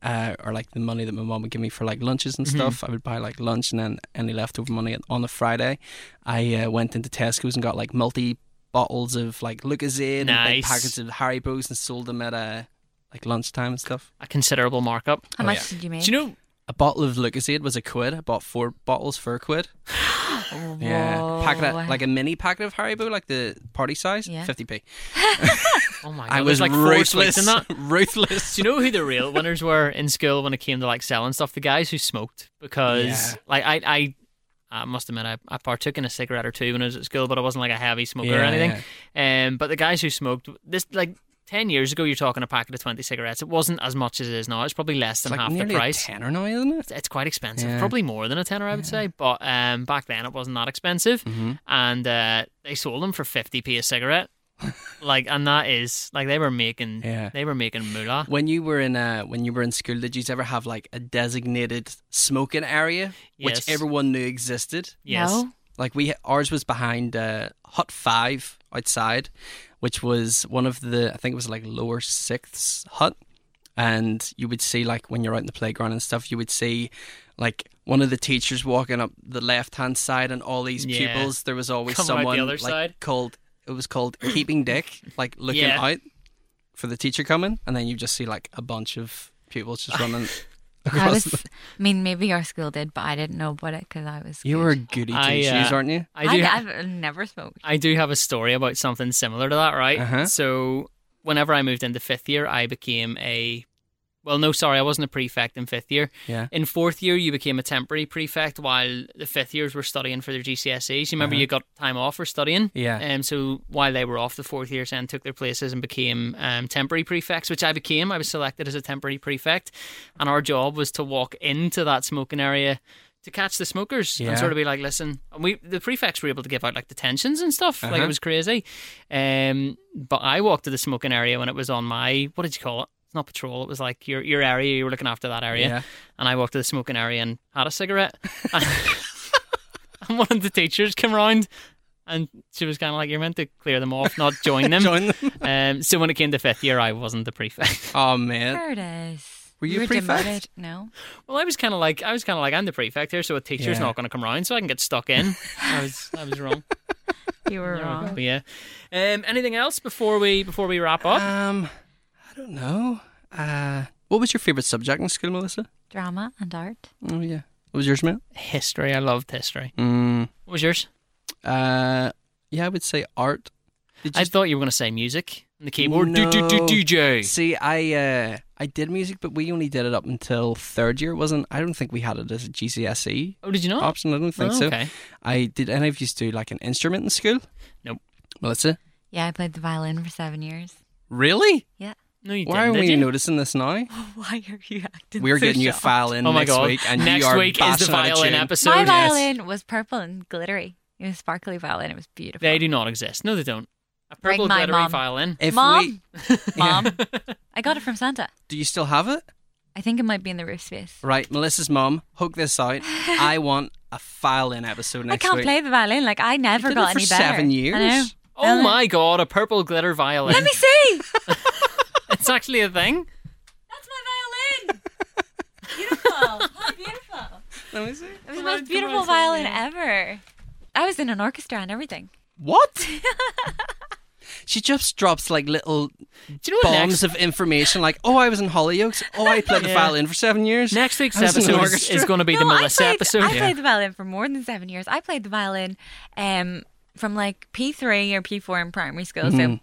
Uh, or like the money that my mom would give me for like lunches Mm-hmm. and stuff, I would buy like lunch and then any leftover money on the Friday. I uh, went into Tesco's and got like multi bottles of like Lucozade and big Nice. packets of Haribo's and sold them at uh, like lunchtime and stuff. A considerable markup. How Oh, much yeah. did you make? Do you know? A bottle of Lucozade was a quid. I bought four bottles for a quid. Whoa. packet of- like a mini packet of Haribo, like the party size, Yeah. fifty p. Oh my god! I was there's like four sweets ruthless. in that. ruthless. Do you know who the real winners were in school when it came to like selling stuff? The guys who smoked because Yeah. like I I. I must admit, I, I partook in a cigarette or two when I was at school, but I wasn't like a heavy smoker or Yeah, anything. Um, but the guys who smoked this, like ten years ago, you're talking a packet of twenty cigarettes. It wasn't as much as it is now. It's probably less It's than like half the nearly price. a tenner now, isn't it? it's- it's quite expensive. Yeah. Mm-hmm. Probably more than a tenner, I would say. But um, back then it wasn't that expensive, and uh, they sold them for fifty p a cigarette. like, and that is like they were making, Yeah. they were making moolah. When you were in uh, when you were in school, did you ever have like a designated smoking area Yes. which everyone knew existed? Yes, No. Like we ours was behind uh, Hut Five outside, which was one of the I think it was like lower sixths hut, and you would see like when you're out in the playground and stuff, you would see like one of the teachers walking up the left hand side, and all these Yeah. pupils. There was always Coming out the someone other like side. called it was called keeping dick, like looking Yeah. out for the teacher coming, and then you just see like a bunch of pupils just running. I across was. the- I mean, maybe our school did, but I didn't know about it because I was. you good. were a goody two I, shoes, uh, aren't you? I do. ha- I've never smoked. I do have a story about something similar to that, right? Uh-huh. So, whenever I moved into fifth year, I became a. Well, no, sorry, I wasn't a prefect in fifth year. Yeah. In fourth year, you became a temporary prefect while the fifth years were studying for their GCSEs. You Uh-huh. remember you got time off for studying? Yeah. Um, so while they were off, the fourth years then took their places and became um, temporary prefects, which I became. I was selected as a temporary prefect, and our job was to walk into that smoking area to catch the smokers Yeah. and sort of be like, listen. And we the prefects were able to give out like detentions and stuff. Like Uh-huh. it was crazy. Um, but I walked to the smoking area when it was on my what did you call it? It's not patrol. It was like your your area. You were looking after that area. Yeah. And I walked to the smoking area and had a cigarette. and one of the teachers came round And she was kind of like, "You're meant to clear them off, not join them." Join them. Um, so when it came to fifth year, I wasn't the prefect. Oh man, Curtis. Were you were prefect? demoted? No. Well, I was kind of like, I was kind of like, I'm the prefect here, so a teacher's Yeah. not going to come round, so I can get stuck in. I was, I was wrong. You were wrong. But yeah. Um, anything else before we before we wrap up? um, I don't know. Uh, what was your favorite subject in school, Melissa? Drama and art. Oh yeah, what was yours, mate? history. I loved history. Mm, What was yours? uh, yeah, I would say art. Did you I thought you were going to say music and the keyboard. Do, do, do, No. DJ. See, I uh, I did music, but we only did it up until third year, wasn't? I don't think we had it as a GCSE Oh, did you not? E option. I don't think Oh, so. okay. I did. Any of you do like an instrument in school? Nope. Melissa, Yeah, I played the violin for seven years. really? Yeah. No, you Why didn't. did are we you? noticing this now? Why are you acting? We're so getting you a shocked? file in oh my next god! week, and next you are week is the bashing out of violin tune. episode. My Yes. violin was purple and glittery. It was sparkly violin. It was beautiful. They do not exist. No, they don't. A Bring purple my glittery mom. violin. If Mom, we, mom, I got it from Santa. do you still have it? I think it might be in the roof space. Right, Melissa's mom, hook this out. I want a violin episode I next can't week. play the violin. Like I never did got it for any better. seven years. I know. Oh my god! A purple glitter violin. Let me see. It's actually a thing. That's my violin. Beautiful. How beautiful. Let me see. It was the most beautiful violin ever. I was in an orchestra and everything. What? she just drops like little Do you know what next? bombs of information like, oh, I was in Hollyoaks. Oh, I played the Yeah. violin for seven years. Next week's I was in an episode is, orchestra. going to be the Melissa I played, episode. I played the violin for more than seven years. I played the violin um, from like P3 or P4 in primary school. Mm-hmm. So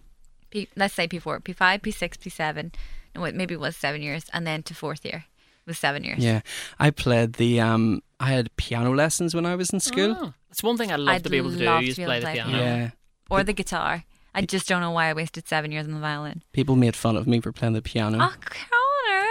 P, let's say P4, P5, P6, P7. No, wait, maybe it was seven years. And then to fourth year was seven years. Yeah, I played the. um I had piano lessons when I was in school. Oh, that's one thing I'd love I'd to be able to do love to is be able play to the play piano. piano. Yeah, Or the guitar. I just don't know why I wasted seven years on the violin. people made fun of me for playing the piano. Oh, Ah, Connor.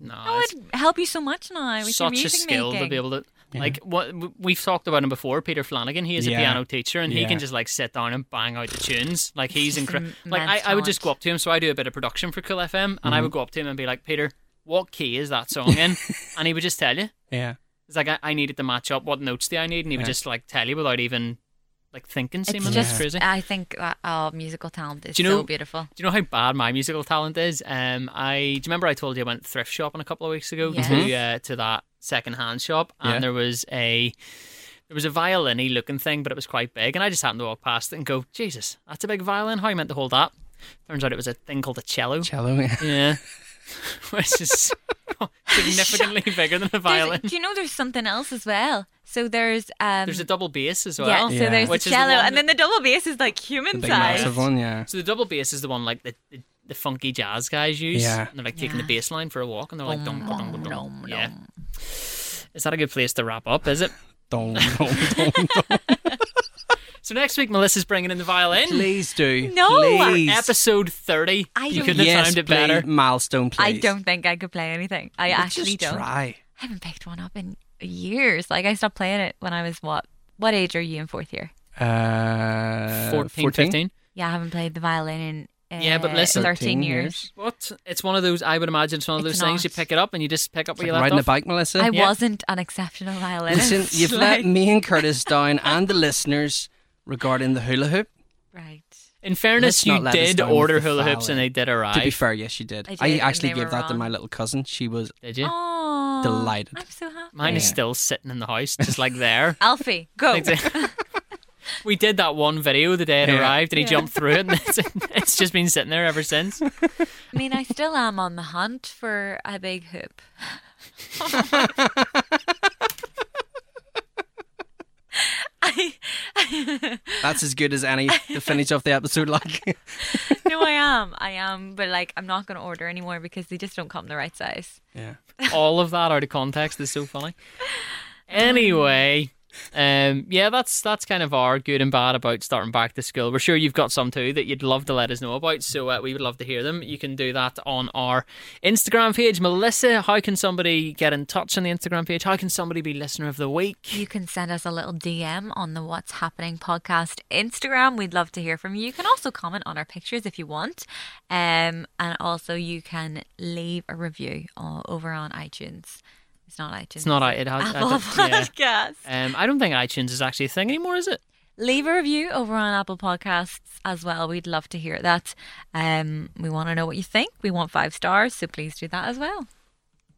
No, That it's would help you so much now with your such a music skill making. to be able to like what w- we've talked about him before peter flanagan he is a Yeah. piano teacher and he Yeah. can just like sit down and bang out the tunes like he's just incredible im- like I, immense I would just talent. go up to him so i do a bit of production for cool fm and Mm-hmm. i would go up to him and be like peter what key is that song in and he would just tell you Yeah, it's like i, I needed to match up what notes do i need and he would Yeah. just like tell you without even like thinking it's seemingly just it's crazy I think that oh, musical talent is Do you know- so beautiful. do you know how bad my musical talent is? Um, I do you remember I told you I went thrift shopping a couple of weeks ago Yes. to uh, to that second hand shop, and Yeah. there was a there was a violin looking thing, but it was quite big, and I just happened to walk past it and go, Jesus, that's a big violin. How are you meant to hold that? Turns out it was a thing called a cello. cello. Yeah. yeah, which is significantly bigger than a There's- violin. Do you know there's something else as well? So there's um There's a double bass as well. yeah, so Yeah. there's Which the is the cello, one and that- then the double bass is like The human big size. massive one. Yeah. So the double bass is the one like the, the, the funky jazz guys use. Yeah. And they're like taking Yeah. the bass line for a walk and they're like dum dum dum dum. nom, Yeah. Is that a good place to wrap up, is it? Dong, dong, dong, dong. So next week Melissa's bringing in the violin. Please do. No. Please. Episode 30. I you don't- couldn't yes, have timed it please. better. Milestone, please. I don't think I could play anything. I But actually just don't. try. I haven't picked one up in years. Like I stopped playing it when I was what? What age are you in fourth year? Uh, 14, 15. Yeah, I haven't played the violin in uh, Yeah, but listen- 13 years. What? It's one of those, I would imagine it's one of those It's things not. you pick it up and you just pick up Like what you left riding a off. bike, Melissa. I Yeah. wasn't an exceptional violinist. Listen, you've let me and Curtis down and the listeners regarding the hula hoop. right. In fairness, Let's not you let us did down with order the hula hoops violin. and they did To be arrive. fair, yes, you did. I I, did, and actually they gave were that to my wrong. little cousin. She was Did you? Oh, Delighted. I'm so happy. Mine is Yeah. still sitting in the house, just like there. Alfie, go. Exactly. we did that one video the day it Yeah. arrived, and he Yeah. jumped through it, and it's, it's just been sitting there ever since. I mean, I still am on the hunt for a big hoop. I, that's as good as any to finish off the episode. Like, no, I am. I am. But, like, I'm not going to order anymore because they just don't come the right size. yeah. All of that out of context is so funny. Anyway, um, yeah, that's that's kind of our good and bad about starting back to school. We're sure you've got some too that you'd love to let us know about, so uh, we would love to hear them. You can do that on our Instagram page, Melissa. How can somebody get in touch on the Instagram page? How can somebody be listener of the week? You can send us a little DM on the What's Happening podcast Instagram. We'd love to hear from you. You can also comment on our pictures if you want. Um, and also, you can leave a review o- over on iTunes. It's not iTunes. It's not out. It has. I Apple don't- yeah. Podcast. Um, I don't think iTunes is actually a thing anymore, is it? Leave a review over on Apple Podcasts as well. We'd love to hear that. Um, we want to know what you think. We want five stars, so please do that as well.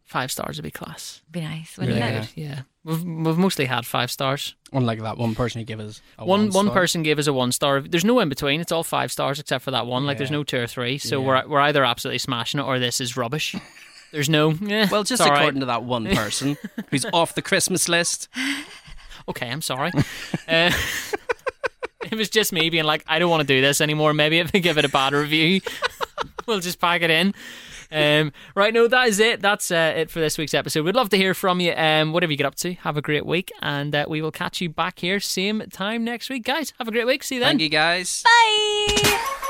Five stars would be class. Be nice. Wouldn't Really Yeah. it? good. Yeah. We've, we've mostly had five stars. Unlike that one person who gave us a One one one star. person gave us a one star. There's no in between. It's all five stars except for that one. Like there's Yeah. no two or three. So Yeah. we're we're either absolutely smashing it or this is rubbish. There's no. eh, Well, it's just all right. according to that one person who's off the Christmas list. Okay, I'm sorry. uh, it was just me being like, I don't want to do this anymore. Maybe if I give it a bad review, we'll just pack it in. Um, right, no, that is it. That's uh, it for this week's episode. We'd love to hear from you. Um, whatever you get up to, have a great week, and uh, we will catch you back here same time next week, guys. Have a great week. See you then. Thank you guys. Bye.